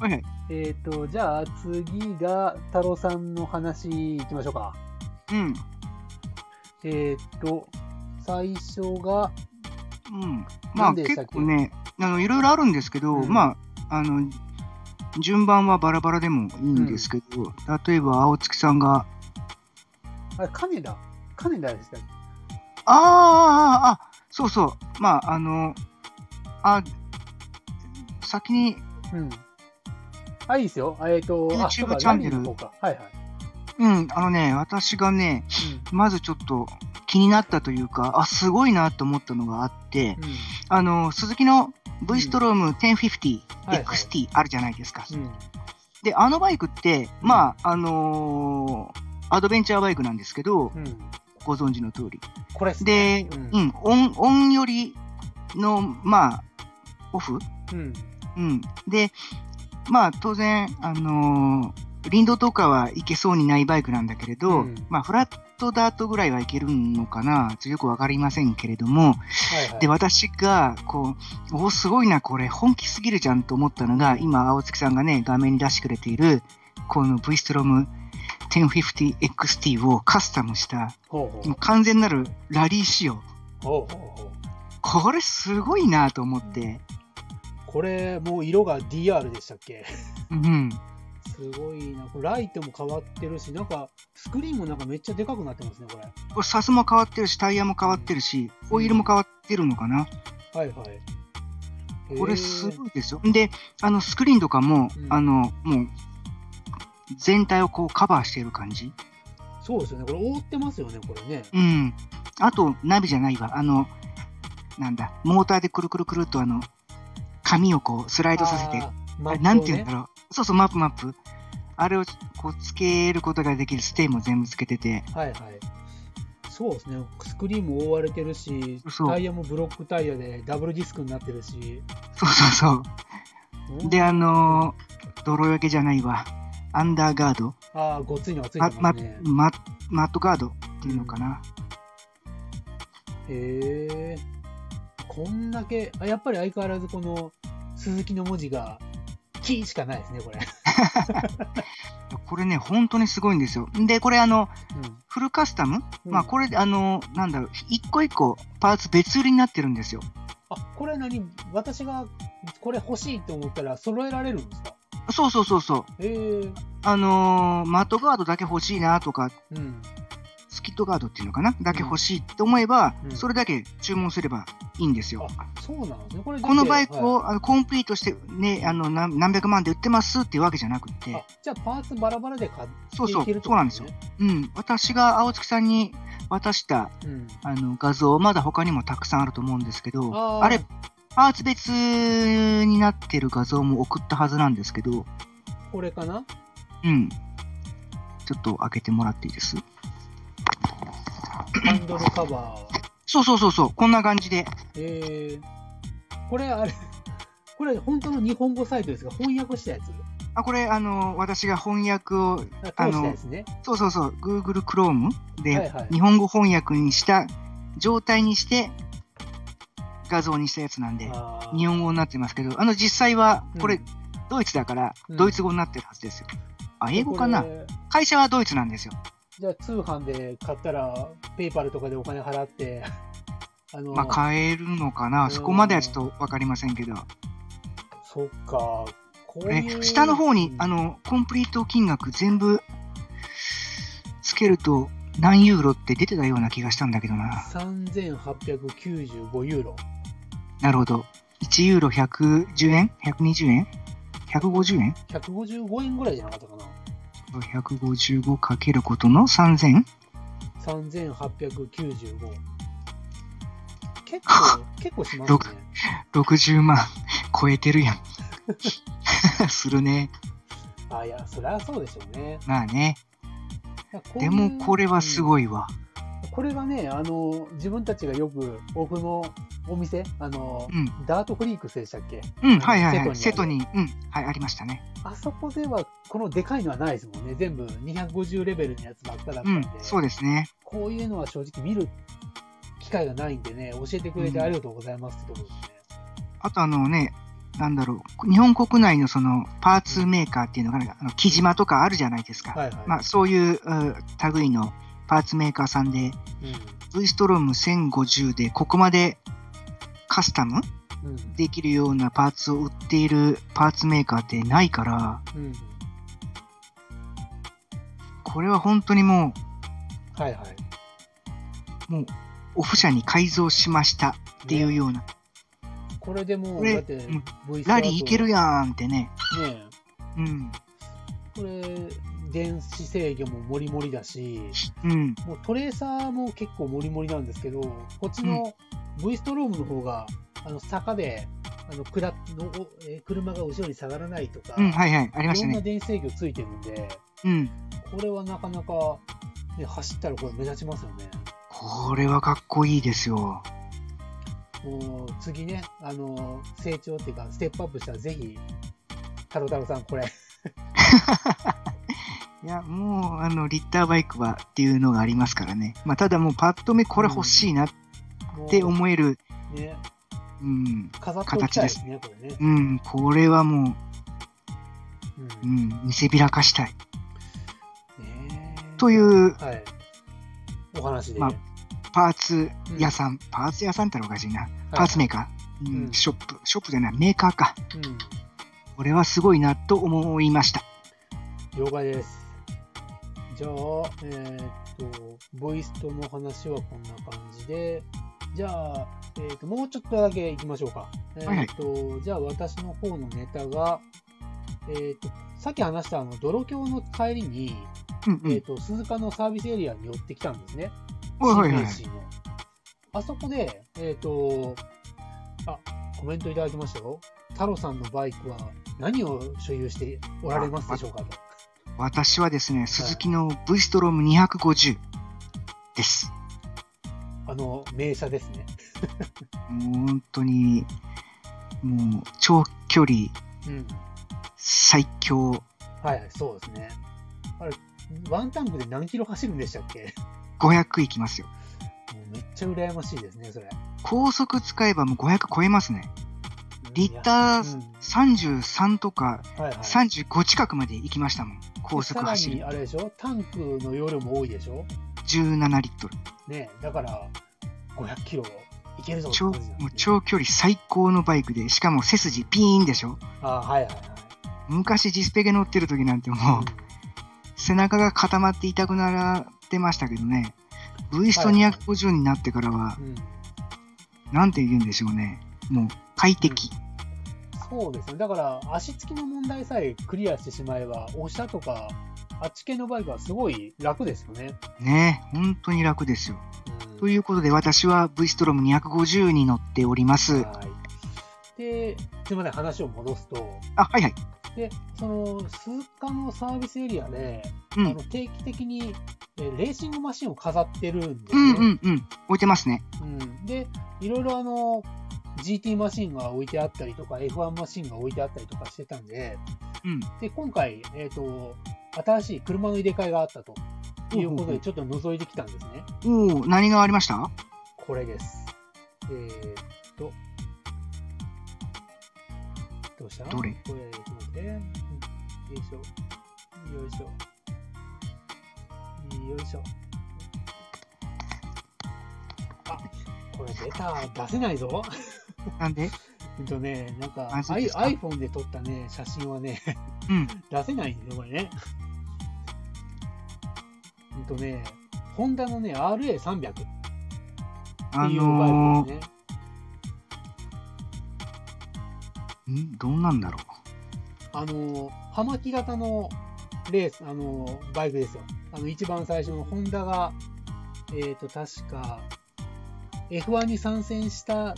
はいはい。
えっ、と、じゃあ次が、太郎さんの話いきましょうか。
うん。
えっ、と、最初が、
うん、ま
な
あ
んでした
結
っけ
構ねあのいろいろあるんですけど、
うん
まああの順番はバラバラでもいいんですけど、例えば青月さんが
あれ、金田金田でしたっけ
「あーあーあーあそうそうまああのあ先に
うん。あ、いいですよ。えっ、と、あ
YouTube
そうか
チャンネル
ラリーの方か。はいはい。
うんあのね私がねまずちょっと気になったというかあすごいなと思ったのがあって
うん。うん
あの鈴木の V ストローム 1050XT、
はいはい
XT あるじゃないですか、
うん。
で、あのバイクって、まあ、あのーアドベンチャーバイクなんですけど、
うん。
ご存知の通り。
これっすね
で、うん、音、音よりの、まあ、オフ
うん。うん。
うん。で、まあ、当然、あのー林道とかはいけそうにないバイクなんだけれ
う
ど、
ん
まあ、フラットダートぐらいはいけるのかな、ちょっとよくわかりませんけれども、
はいはい。
で、私が、こう、おーすごいな、これ、本気すぎるじゃんと思ったのが、今、青月さんがね、画面に出してくれている、この V ストロム 1050XT をカスタムした、
ほうほ
もう
う。
完全なるラリー仕様。
ほうほうほう。
これ、すごいなと思って、
これ、もう色が DR でしたっけ
うん、
すごいな。これライトも変わってるし、なんか、スクリーンもなんかめっちゃでかくなってますね、これ。
これ、サスも変わってるし、タイヤも変わってるし、ホイールも変わってるのかな。
はいはい。
これ、す
へー
ごいですよ。で、あの、スクリーンとかも
う、ん
あの、もう、全体をこうカバーしている感じ。
そうですよね。これ覆ってますよね、これね。
うん。あと、ナビじゃないわ。あの、なんだ、モーターでくるくるくるっと、あの、紙をこう、スライドさせて、
あー。
あ
マ
れ
ップをね
なんて言うんだろう。そうそう、マップマップ。あれをこう、つけることができるステイも全部つけてて、
はいはい。そうですね。スクリーンも覆われてるし、
そう
タイヤもブロックタイヤでダブルディスクになってるし。
そうそうそう。で、あのー泥よけじゃないわ。アンダーガード、
ああ、ごっついのがつい
ま
てま
ます
ね。
まマットガードっていうのかな。
へえ。こんだけ、あやっぱり相変わらずこの鈴木の文字が、キーしかないですね、これ。
これね、本当にすごいんですよ。で、これ、あの、
うん
フルカスタム、まあ、
れ。
これ、あのーなんだろう、一個一個パーツ別売りになってるんですよ。
あ、これ何私がこれ欲しいと思ったら揃えられるんですか
そうそうそうそう。
へえ。
あのーマットガードだけ欲しいなとか、
うん。
スキットガードっていうのかなだけ欲しいって思えば、
うん
それだけ注文すればいいんですよ。
あ、そうなんですね。これ
このバイク
は
を、あのコンプリートして、ね、あの何何百万で売ってますっていうわけじゃなく
い、
て
あ、じゃあパーツバラバラで買っ
そう
て
そ
いける
う、
って
そ
こ
う
と
なん
ね
ですよ。。うん、私が青月さんに渡した
うん。
あの画像、まだ他にもたくさんあると思うんですけど、
あー
あれ、パーツ別になってる画像も送ったはずなんですけど、
これかな
うん、ちょっと開けてもらっていいです
ハンドルカバー。
そうそうそうそう、こんな感じで。
えー、これ、あれ、これ、本当の日本語サイトですが、翻訳したやつ
あ、これ、あの、私が翻訳を、
あ通したやつね。
そうそうそう、Google Chrome
はい
で
はい
日本語翻訳にした状態にして画像にしたやつなんで、
あー
日本語になってますけど、あの、実際はこ
う
れ
ん、
ドイツだから、
うん
ドイツ語になってるはずですよ。あ、英語かな
これ
会社はドイツなんですよ。
じゃあ、通販で買ったら、ペイパルとかでお金払って、あの、
まあ、買えるのか
う
な、
ん
そこまではちょっとわかりませんけど、
そっか、こう
え
いう。
下の方に
うん
あのコンプリート金額全部つけると何ユーロって出てたような気がしたんだけどな。
3895ユーロ。
なるほど。1ユーロ110円 ?120 円 ?150 円
155円ぐらいじゃなかったかな。
?155 かけることの3000
3895。結構、結構しますね。
60万超えてるやん。 するね。
あ、いや、そりゃそうでしょうね。
まあね。
こうい
で
う
もこれはすごいわ。
うんこれがね、あの、自分たちがよく、オフのお店、あの、
うん。
ダートフリークスでしたっけ
うん、はいはいはい。
セ
セ
ト
ト
に
に、うん、はい、ありましたね。
あそこでは、このでかいのはないですもんね。全部250レベルのやつばっかだった
うんん
で。、
そうですね。
こういうのは正直見る機会がないんでね、教えてくれてありがとうございますってところですね。
あとあのね、なんだろう、日本国内のそのパーツメーカーっていうのが、あの木島とかあるじゃないですか。
はいはい。
まあ、そういうう類のパーツメーカーさんで、V ストローム1050でここまでカスタム
うん。うん。
できるようなパーツを売っているパーツメーカーってないから、
うん。
これは本当にも
はいはい。っ
う、もう、オフ社に改造しましたっていうような、
これでも
こ
う、
れ
だって
うん、
V ス
ラリーいける
や
やんってね、
ね
うん、
これ、電子制御もモリモリだし、
うん、
もうトレーサーも結構モリモリなんですけど、こっちの V ストロームの方が、あの、坂で、あの、くらのおえー車が後ろに下がらないとか、
うん、はいはい、ありま
いろ
した
んな
ね。
電子制御ついてるんで、
うん、
これはなかなか、ね、走ったらこれ目立ちますよね。
これはかっこいいですよ。
もう次ね、あの成長っていうか、ステップアップしたらぜひ、太郎太郎さん、これ、
いや、もう、あの、リッターバイクはっていうのがありますからね。まあ、ただもう、パッと目これ欲しいなっ
も
て
う
思える、
ね、
うん、
飾っておきたいですね、これね。
うん、これは
う
もう、うんん、見せびらかしたい。
ねえ
とい、う、
はい、お話で、
まあパーツ
うん
屋さん、パーツ屋さんったらおかしいな。
い
パーツメーカー、
う
うんん、ショップ、ショップじゃない、メーカーか。
うん、
これはすごいなと思いました。
了解です。じゃあ、えーっと、ボイスとの話はこんな感じで、じゃあ、えーっと、もうちょっとだけ行きましょうか。え
いはい
ーっと、じゃあ私の方のネタが、えーっと、さっき話したあの、泥鏡の帰りに、
うんう
えー
ん
っ。と、鈴鹿のサービスエリアに寄ってきたんですね。
はいはいは
新名神
い。
のあそこで、えーっと、あ、コメントいただきましたよ。太郎さんのバイクは何を所有しておられますでしょうかと。
私はですね、鈴木の V ストローム250です。
あの、名車ですね。
もう本当に、もう、長距離、
うん。
最強
はいはい、そうですね。あれ、ワンタンクで何キロ走るんでしたっけ
500いきますよ
もうめっちゃ羨ましいですね、それ。
高速使えばもう500超えますねリッ
ー、
タ
う
ー
ん
33とか
はいはい。
35近くまで行きましたもん高速走
さ
る
らにあれでしょタンクの容量も多いでしょ
17リットル
ねだから、500キロいけるぞって
長
感
も
じなんですね
う長距離最高のバイクでしかも背筋ピーンでしょ
あーはいはいはい。
昔ジスペゲ乗ってる時なんてもう背中が固まって痛くなってましたけどね V スト250になってからは
うんうん
なんて言うんでしょうねもう快適
そうですね。だから、足つきの問題さえクリアしてしまえば、押したとか、あっち系のバイクはすごい楽ですよね。
ね本当に楽ですよ
うん
ということで、私は V ストローム250に乗っております。
はい。で、すみません、話を戻すと、
あ、はいはい。
で、その、鈴鹿のサービスエリアで、
う
あの
ん。
定期的にえーレーシングマシンを飾ってるんです
うんう
ね。
んうん。置いてますね。
うんで、いろいろあの、GT マシンが置いてあったりとか、F1 マシンが置いてあったりとかしてたんで、
うん。
で、今回、えっ、と、新しい車の入れ替えがあったというこ
ほうほ
と
うほ
で、
う
ちょっと覗いてきたんですね。
おお、何がありました
これです。えー、っと、どうした
どれ
これ、ちょっと待って。うんよいしょ。よいしょ。よいしょ。あ、これ出た。出せないぞ。
なんで
うんとね、なんか
あそうですか
I iPhone で撮ったね、写真はね、
うん。
出せないんですよ、これね。うんとね、ホンダのね、RA300 っていうバ
あ
イク
の
ですね。
ー、んどうなんだろ
あの、葉巻型のレース、あの、バイクですよ。あの、一番最初のホンダが、えっ、と、確か、F1 に参戦した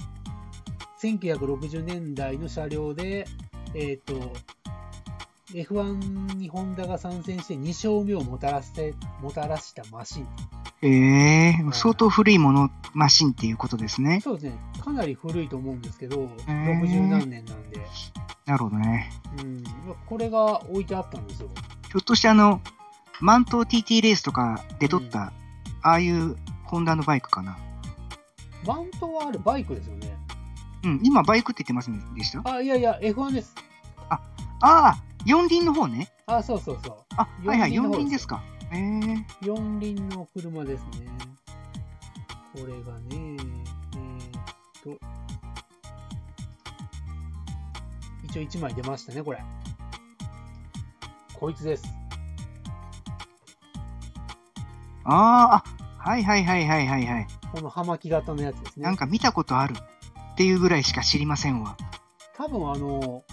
1960年代の車両で、えっ、と、F1 にホンダが参戦して2勝目をもたらせ、もたらしたマシン。
う。ええ
うん
ー、相当古いもの、マシンっていうことですね。
そうですね、かなり古いと思うんですけど、
ん
60何年なんで、
なるほどね。
うん、これが置いてあったんですよ。
ひょっとしてあの、マント TT レースとかで撮った、ああいうホンダのバイクかな。
マントはあるバイクですよね。
うん、今バイクって言ってますんでした
あ、いやいや、F1 です。
ああ、四輪の方ね。
あ、そうそうそ
あ、はいはい、
四輪の
四
方
輪ですか。ええー、
う。四輪の車ですね。これがね、えーっと。一応1枚出ましたね、これ。こいつです。
あーあ、はいはいはいはいはいはい。
この葉巻型のやつですね。
なんか見たことあるっていうぐらいしか知りませんわ。
多分あの、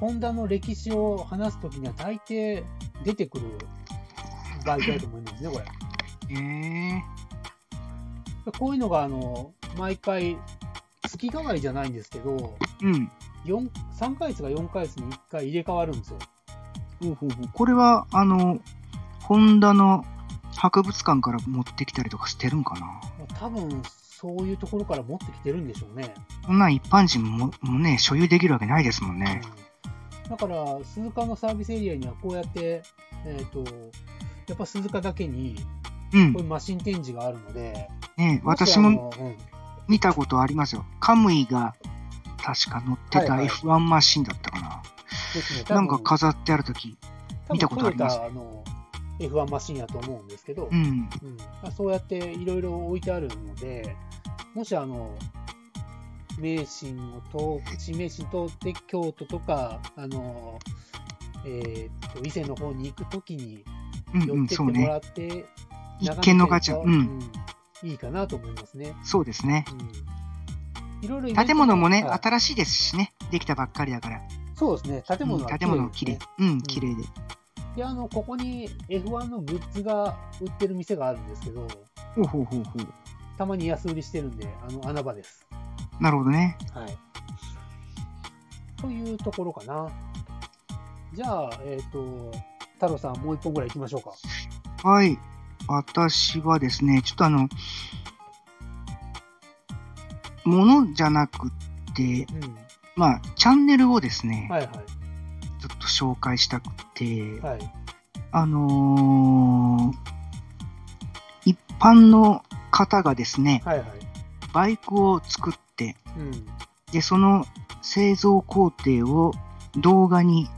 ホンダの歴史を話すときには大抵出てくるバイクだと思いますね、これ。
ええ
こういうのがあの、毎回、月替わりじゃないんですけど、
うん。
四3ヶ月か4ヶ月に1回入れ替わるんですよ。
ほうほうほう。これは、あの、ホンダの博物館から持ってきたりとかしてるんかな。
まあ多分そういうところから持ってきてるんでしょうね。
こんなん一般人ももね、所有できるわけないですもんね。
うん、だから、鈴鹿のサービスエリアにはこうやって、えっとやっぱ鈴鹿だけに
うん
こうい。うマシン展示があるので、
ね
し
私
あ
も
のうん
見たことありますよ。カムイが確か乗ってた
はいはい
F1 マシンだったかな。
ですね
なんか飾ってあるとき。
多分
見たことあります
トヨタの F1 マシンやと思うんですけど、
うん。
うんまあそうやっていろいろ置いてあるので、もしあの、名神を通、地名神通って京都とか、あの、えーっと、伊勢の方に行くときに
うん
寄
う
っ
ん、
てっ
そ
ても
うね。
らって、
一
眺めてると
見の価値は、うん、
いいかなと思いますね。
そうですね。
うん。いろいろイベント
建物もね、
はい
新しいですしね、できたばっかりだから。
そうですね、建物
うん
は
建物も綺麗
です。
うん、綺麗で。
ねで、あの、ここに F1 のグッズが売ってる店があるんですけど、
ほうほうほうほう。
たまに安売りしてるんで、あの、穴場です。
なるほどね。
はい。というところかな。じゃあ、えっ、と、太郎さん、もう一本ぐらい行きましょうか。
はい。私はですね、ちょっとあの、ものじゃなくって、
うん。
まあ、チャンネルをですね、
はい
ちょっと紹介したくて、
はい。はい。
あのー一般の方がですね、
はいはい。
バイクを作って、
うん。
で、その製造工程を動画に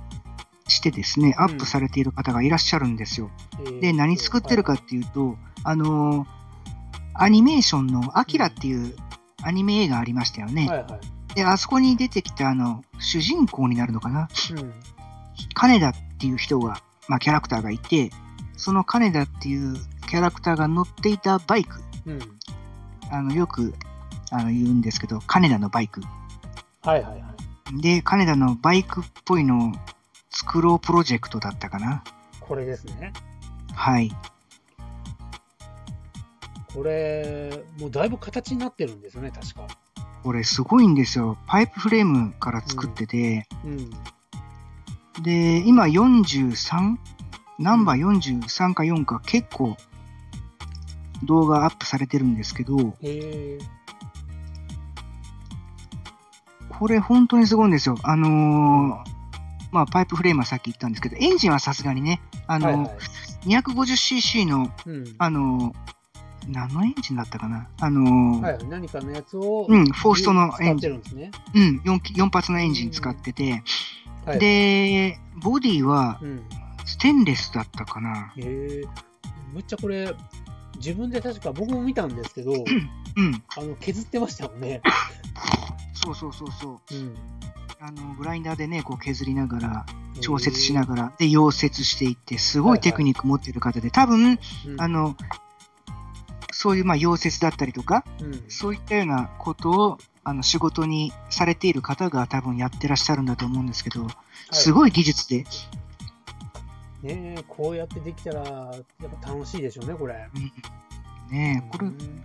してですね、
うん
アップされている方がいらっしゃるんですよ。
えー
で、何作ってるかっていうと、あのーアニメーションのアキラっていうアニメ映画ありましたよね。
はいはい。は
で、あそこに出てきたあの、主人公になるのかない
うん。
金田っていう人が、まあキャラクターがいて、その金田っていうキャラクターが乗っていたバイク、
うん。
あの、よく、あの、言うんですけど、金田のバイク。
はいはいはい。
で、金田のバイクっぽいのを作ろうプロジェクトだったかな。
これですね。
はい。
これ、もうだいぶ形になってるんですよね、確か。
これすごいんですよ。パイプフレームから作ってて、
うん。
で、今 43? ナンバー43か4か結構動画アップされてるんですけど、
へえ。
これ本当にすごいんですよ。あのーまあパイプフレームはさっき言ったんですけど、エンジンはさすがにね、あの
はいはい。
250cc の、
うん。
あのー何のエンジンだったかなあのー
はいはい。何かのやつを、
うん、フォーストのエ
使っ
ンジ
て
ン、
るんですね。
うん4機、4発のエンジン使ってて、
はい。、
で、ボディは
うん。
ステンレスだったかな
へえ。むっちゃこれ、自分で確か僕も見たんですけど、
うん、
あの削ってましたもんね。
そうそうそうそう。
うん。
あの、グラインダーでね、こう削りながら、調節しながら、で、溶接していって、すごいテクニック持ってる方で、多分、
うん
あの、そういうまあ溶接だったりとか、
うん
そういったようなことをあの仕事にされている方が多分やってらっしゃるんだと思うんですけど、す
は
ごい技術で、
いねえこうやってできたらやっぱ楽しいでしょうねこれ。
ねえこれ
う、ん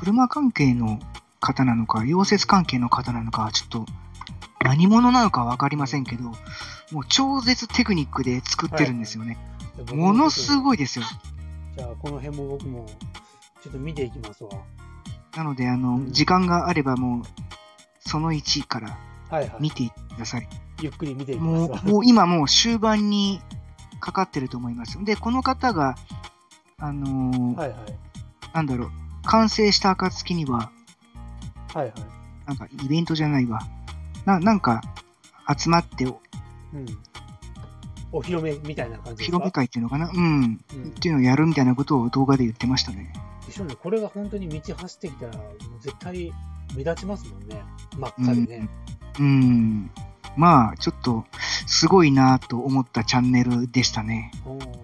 車関係の方なのか、溶接関係の方なのか、ちょっと何者なのか分かりませんけど、もう超絶テクニックで作ってるんですよね。ものす
い。
ごいですよ。
じゃあこの辺も僕もちょっと見ていきますわ。
なので、あ
う
の、
ん
時間があればもう、その1から
はいは
見
い。
てください。
ゆっくり見ていきま
も
すわ
う。もう今もう終盤にかかってると思います。で、この方が、あのー
はいはい
なんだろう、完成した暁には、
はいはい。
なんかイベントじゃないわ。ななんか集まってお
うん。お披露目みたいな感じですか。
広め会っていうのかなうん。
うん
っていうのをやるみたいなことを動画で言ってましたね。
でしょうね。これが本当に道走ってきたらもう絶対目立ちますもんね。真っ赤でね。
うん。まあ、ちょっと、すごいなと思ったチャンネルでしたね。
おー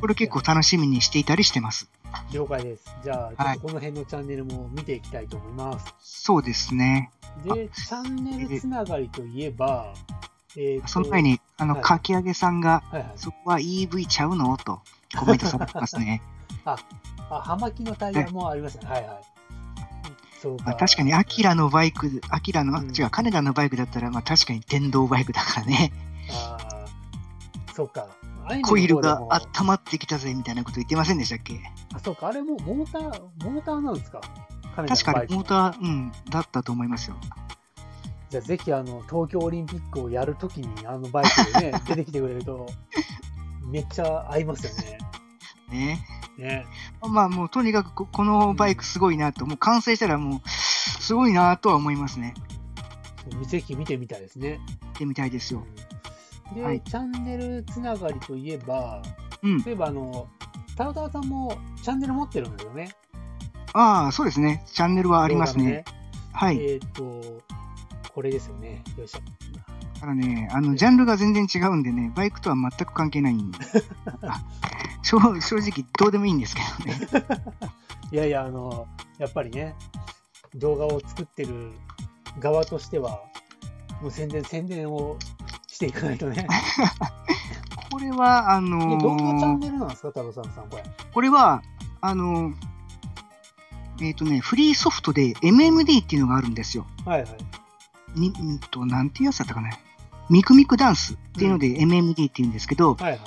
これ結構楽しみにしていたりしてます。
了解です。じゃあ、ちょ
は
っ
い
とこの辺のチャンネルも見ていきたいと思います。
そうですね。
で、チャンネルつながりといえば、えーと
その前に、あの、
はい
かき上げさんが、
はいはい、
そこは EV ちゃうのとコメントされてます ね。
あ、葉巻のタイヤもありましたね。はいはい。そう
ま
か。
あ、確かに、アキラのバイク、アキラの、
うん
違う、金田のバイクだったら、まあ確かに電動バイクだか らね、
あーそうか。アイの方
コイル
で
が
も
温まってきたぜみたいなこと言ってませんでしたっけ
あ、そうか。あれもモーター、モーターなんですか
確かに
ー。
モーター、うん、だったと思いますよ。
じゃあ、ぜひ、あの、東京オリンピックをやるときに、あのバイク でね、出てきてくれると、めっちゃ合いますよね。
ね。
ね。
まあもうとにかくここのバイクすごいなと、もう完成したらもう、すごいなとは思いますね。
そうぜひ見てみたいですね。
行ってみたいですよ。
で、
はい
チャンネルつながりといえば、
うん。
例えばあの、タウタウさんもチャンネル持ってるんだよね。
ああ、そうですね。チャンネルはありますね。
動
は
画が
い。
ねえっ、と、これですよね。よいしょ。
ただね、あの、ジャンルが全然違うんでね、バイクとは全く関係ない んで。あ正正直、どうでもいいんですけどね。
いやいや、あの、やっぱりね、動画を作ってる側としては、もう宣伝、宣伝をしていかないとね。
これは、あ
えどんなチャン
のー
ネルなんですか、タウタウさん、これ。
これは、あのーえっ、とね、フリーソフトで MMD っていうのがあるんですよ。
はいはい。
にうんと、なんていうやつだったかね。ミクミクダンスっていうので MMD っていうんですけど、
はいはい。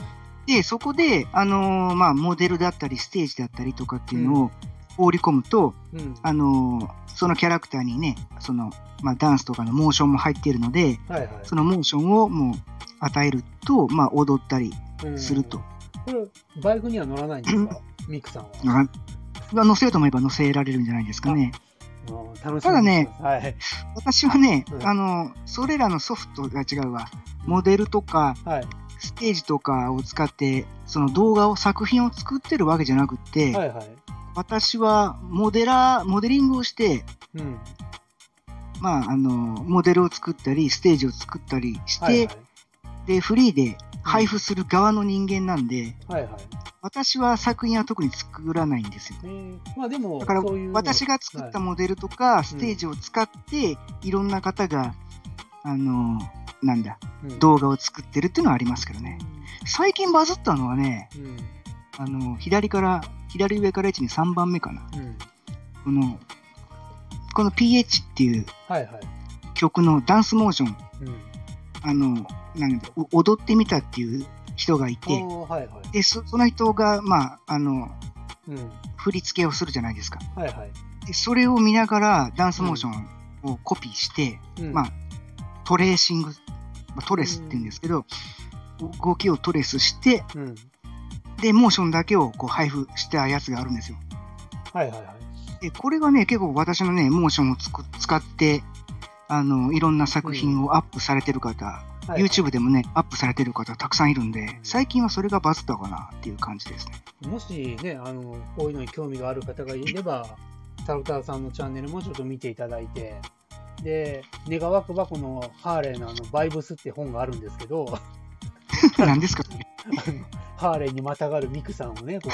で、そこで、あのーまあ、モデルだったり、ステージだったりとかっていうのを放り込むと、
うん。
あのーそのキャラクターにね、その、まあ、ダンスとかのモーションも入っているので、
はいはい。
そのモーションをもう与えると、まあ、踊ったり
うん
すると。。
これ、バイクには乗らないんです か、ミクさんは。うん
あ乗せようと思えば乗せられるんじゃないですかね。
楽しみに
ただ
し
ね
てますはい。
私はね、
うん
あの、それらのソフトが違うわ。モデルとか、
はい。
ステージとかを使って、その動画を、作品を作ってるわけじゃなくって、
はいはい。
私はモデラー、モデリングをして、
うん。
まあ、あの、モデルを作ったり、ステージを作ったりして、
はいはい。
で、フリーで配布する側の人間なんで、
はいはい。
私は作品は特に作らないんですよ。
えーまあでも、
だから
そういうの
私が作ったモデルとかステージを使っていろんな方が、あのなんだ
うん
動画を作ってるっていうのはありますけどね最近バズったのはね
うんうん
あの左から左上から1に3番目かな
うん
このこの PH っていう
はいはい。
曲のダンスモーション
うん
あのなんだお踊ってみたっていう人がい
あ
て、
ーはいはい。
でそその人が、まあ、あの
うん。
振り付けをするじゃないですか。
はいはい。
でそれを見ながらダンスモーションをコピーして、
うん、
まあ、トレーシング、まあトレスって言うんですけど、動きをトレスして、
うん。
で、モーションだけをこう配布したやつがあるんですよ。
はいはいはい。
で、これがね、結構私のね、モーションをつく使って、あの、いろんな作品をアップされてる方、
はいはい
YouTube でもね、アップされてる方たくさんいるんで、最近はそれがバズったかなっていう感じですね。
もしね、あの、こういうのに興味がある方がいれば、タルターさんのチャンネルもちょっと見ていただいて、で、願わくばこのハーレーのあの、バイブスって本があるんですけど、
何ですかそれ
ハーレーにまたがるミクさんをね、こ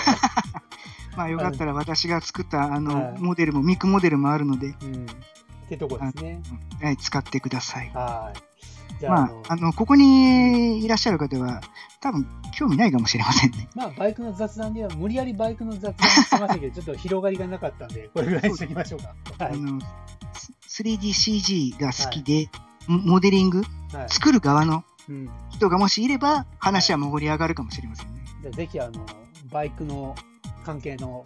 まあよかったら私が作ったあの、
はい
モデルも、ミクモデルもあるので、
う、うん、ってとこですね。
はい使ってください。
はい。じゃあ、あ
ま
の
あ、あの、ここにいらっしゃる方は、多分興味ないかもしれませんね。
まあ、バイクの雑談では、無理やりバイクの雑談にしてましたけど、ちょっと広がりがなかったんで、これぐらいにしときましょうか。は
あ
い。
の、す 3DCG が好きで、モデリング、
はい。
作る側の
うん。じ
人がもしいれば、話は盛り上がるかもしれませんね。
ゃあ、ぜひ、あの、バイクの関係の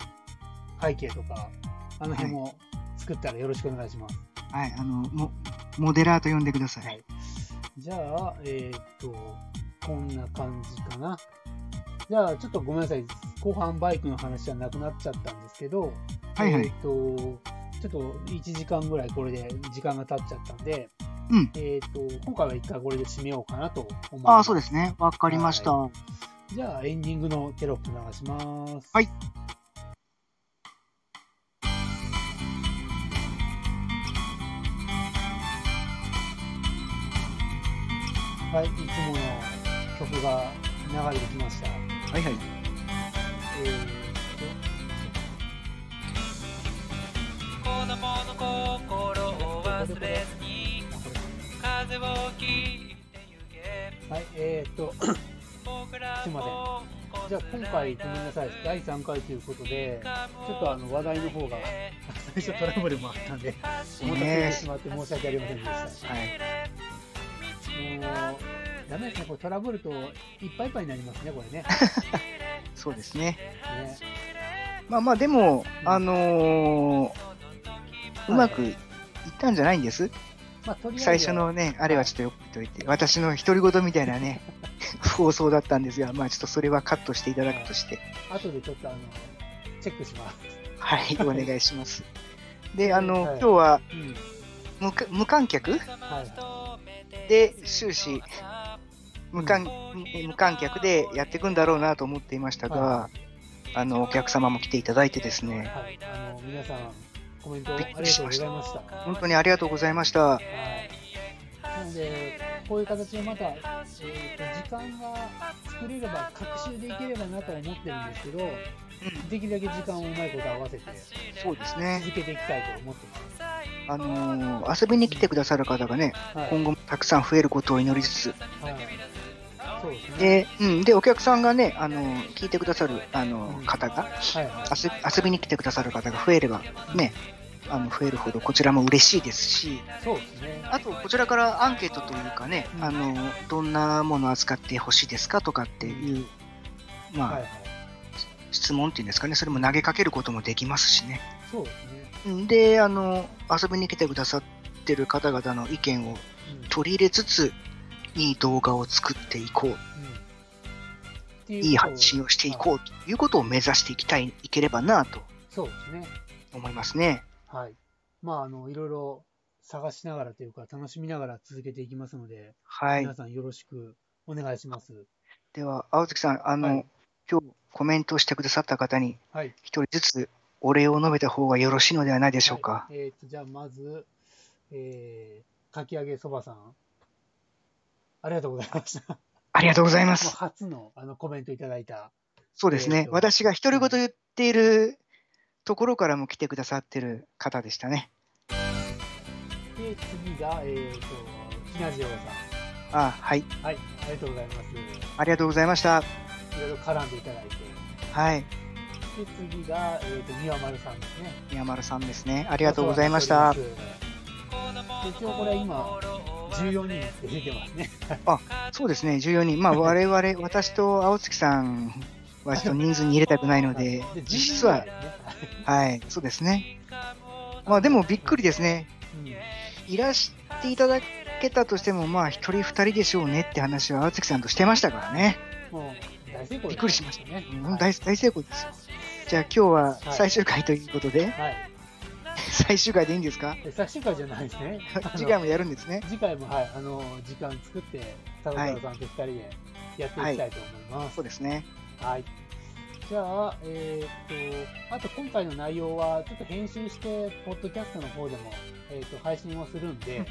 背景とか、あの辺も作ったらよろしくお願いします。
はい、あの、モモデラーと呼んでください。
はいじゃあ、えーっと、こんな感じかな。じゃあ、ちょっとごめんなさい。後半バイクの話じゃなくなっちゃったんですけど、
はいはい
えーっと、ちょっと1時間ぐらいこれで時間が経っちゃったんで、
うん
えーっと、今回は一回これで締めようかなと思います。
ああ、そうですね。わかりました。
はじゃあ、エンディングのテロップ流します。
はい。
はい、いつもの曲が流れてきました。
はいはい。
えー
子供の心を忘れずに
とあこれか
風を切ってゆけ
はい、えーっと、
僕ら
すいません
も
じゃあ今回ごめんなさい、第3回ということで、ちょっとあの話題の方が最初トラブルもあったんで、お待たせしてしまって申し訳ありませんでした。
はい、
もう、ダメですね、これトラブルといっぱいいっぱいになりますね、これ ね。
そうですね。
ね
まあまあ、でも、あのーうまくいったんじゃないんです。
まあ、とりあえずは
最初のね、あれはちょっとよくといて、私の独り言みたいな ね、放送だったんですが、まあちょっとそれはカットしていただくとして、
後でちょっとあのチェックします。
はい、お願いし ます。で、あの、
はい
今日は
うん、
無か無観客
はいは
で終始無観
う、
無観客でやっていくんだろうなと思っていましたが、
は
あの、お客様も来ていただいてで
い、
すね、
はい、あの皆さんコメントあ
び
り
っ
が
くりし
とうご
まし
ざ
た
いました。は
本当にありがとうございました。
い。なのでこういう形でまた、えー、と時間が作れれば隔週でいければなとは思ってるんですけど、できるだけ時間をうまいこと合わせて
そうですね。
続けていきたいと思ってます。
あのー遊びに来てくださる方がね、
はい。
今後もたくさん増えることを祈りつつ、
はい、そうですね。
で、うん、で、お客さんがね、あの、聞いてくださる、あの、方が、
はいはい。
遊び遊びに来てくださる方が増えれば、ね、あの、増えるほど、こちらも嬉しいですし、
そうですね。
あと、こちらからアンケートというかね、あの、どんなものを扱ってほしいですかとかっていう、まあ、
はいはい。
質問っていうんですかね、それも投げかけることもできますしね。
そうですね。
うんで、あの、遊びに来てくださってる方々の意見
う
を
ん
取り入れつつ、いい動画を作っていこう。
うん
いい発信をしていこうということを目指していきたい、いければなと
う。そうですね。
思いますね。
はい。まあ、あの、いろいろ探しながらというか、楽しみながら続けていきますので、
はい
皆。さんよろしくお願いします。
では、青月さん、あの、
はい
今日コメントしてくださった方に、
はい。
一人ずつお礼を述べた方がよろしいのではないでしょうか。
はいえっ、と、じゃあ、まず、えー、かき揚げそばさん。ありがとうございました。 も
ありがとうございま
う
す。
初のあのコメントいただいた。
そうです
えー
ね。
と
私が独り言言っているところからも来てくださってる方でしたね。
で、次が、えっ、と、ひなじおさ
あはい。
ん。はい。ありがとうございます。
ありがとうございました。
いろいろ絡んでいただいて。
はい。
で、次が、えっ、と、みわまるさんですね。
宮丸さんですね。あ
あ
りがとうございました。
一応これ今14人出てますね。
そうですね、14人。まあ、我々、私と青月さんはちょっと人数に入れたくないの
、
で
で
実質は、、はい、そうですね。まあ、でもびっくりですね。
10人
いらしていただけたとしても、まあ、一人二人でしょうねって話は青月さんとしてましたからね。
うんもう大成功です
びっくりしました
ね
うん大大成功ですよ。じゃあ今日は最終回ということで、
はい。
最終回でいいんですか。
で最終回じゃないですね
次回もやるんですね。
次回も、はい、あの、時間作って、田中さんと二人でやっていきたいと思います。
そうですね。
はい。じゃあ、えーっと、あと今回の内容は、ちょっと編集して、ポッドキャストの方でも、えーっと、配信をするんで、
うん
え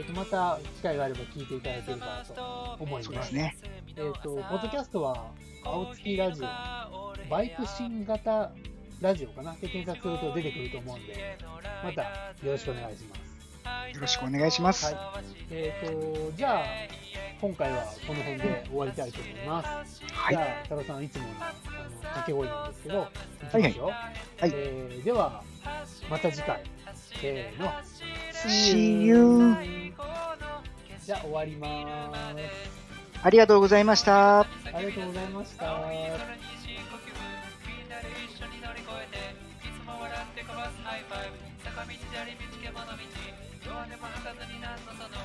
ーっと、また機会があれば聞いていただければと思い
そうで
ますす。
ね。
えーっと、ポッドキャストは、青月ラジオ、バイク新型ラジオかなで検索すると出てくると思うんで、またよろしくお願いします。
よろしくお願いします。
はいえっ、と、じゃあ、今回はこの辺で終わりたいと思います。
はい
じゃあ、多田さん、いつものあの掛け声なんですけど、いきましょう。
はい
えーでは、また次回。せーの。
See you.
じゃあ、終わります。
ありがとうございました。
ありがとうございました。
ハイファイブ坂道砂利道獣道ドアでも履かずに何度その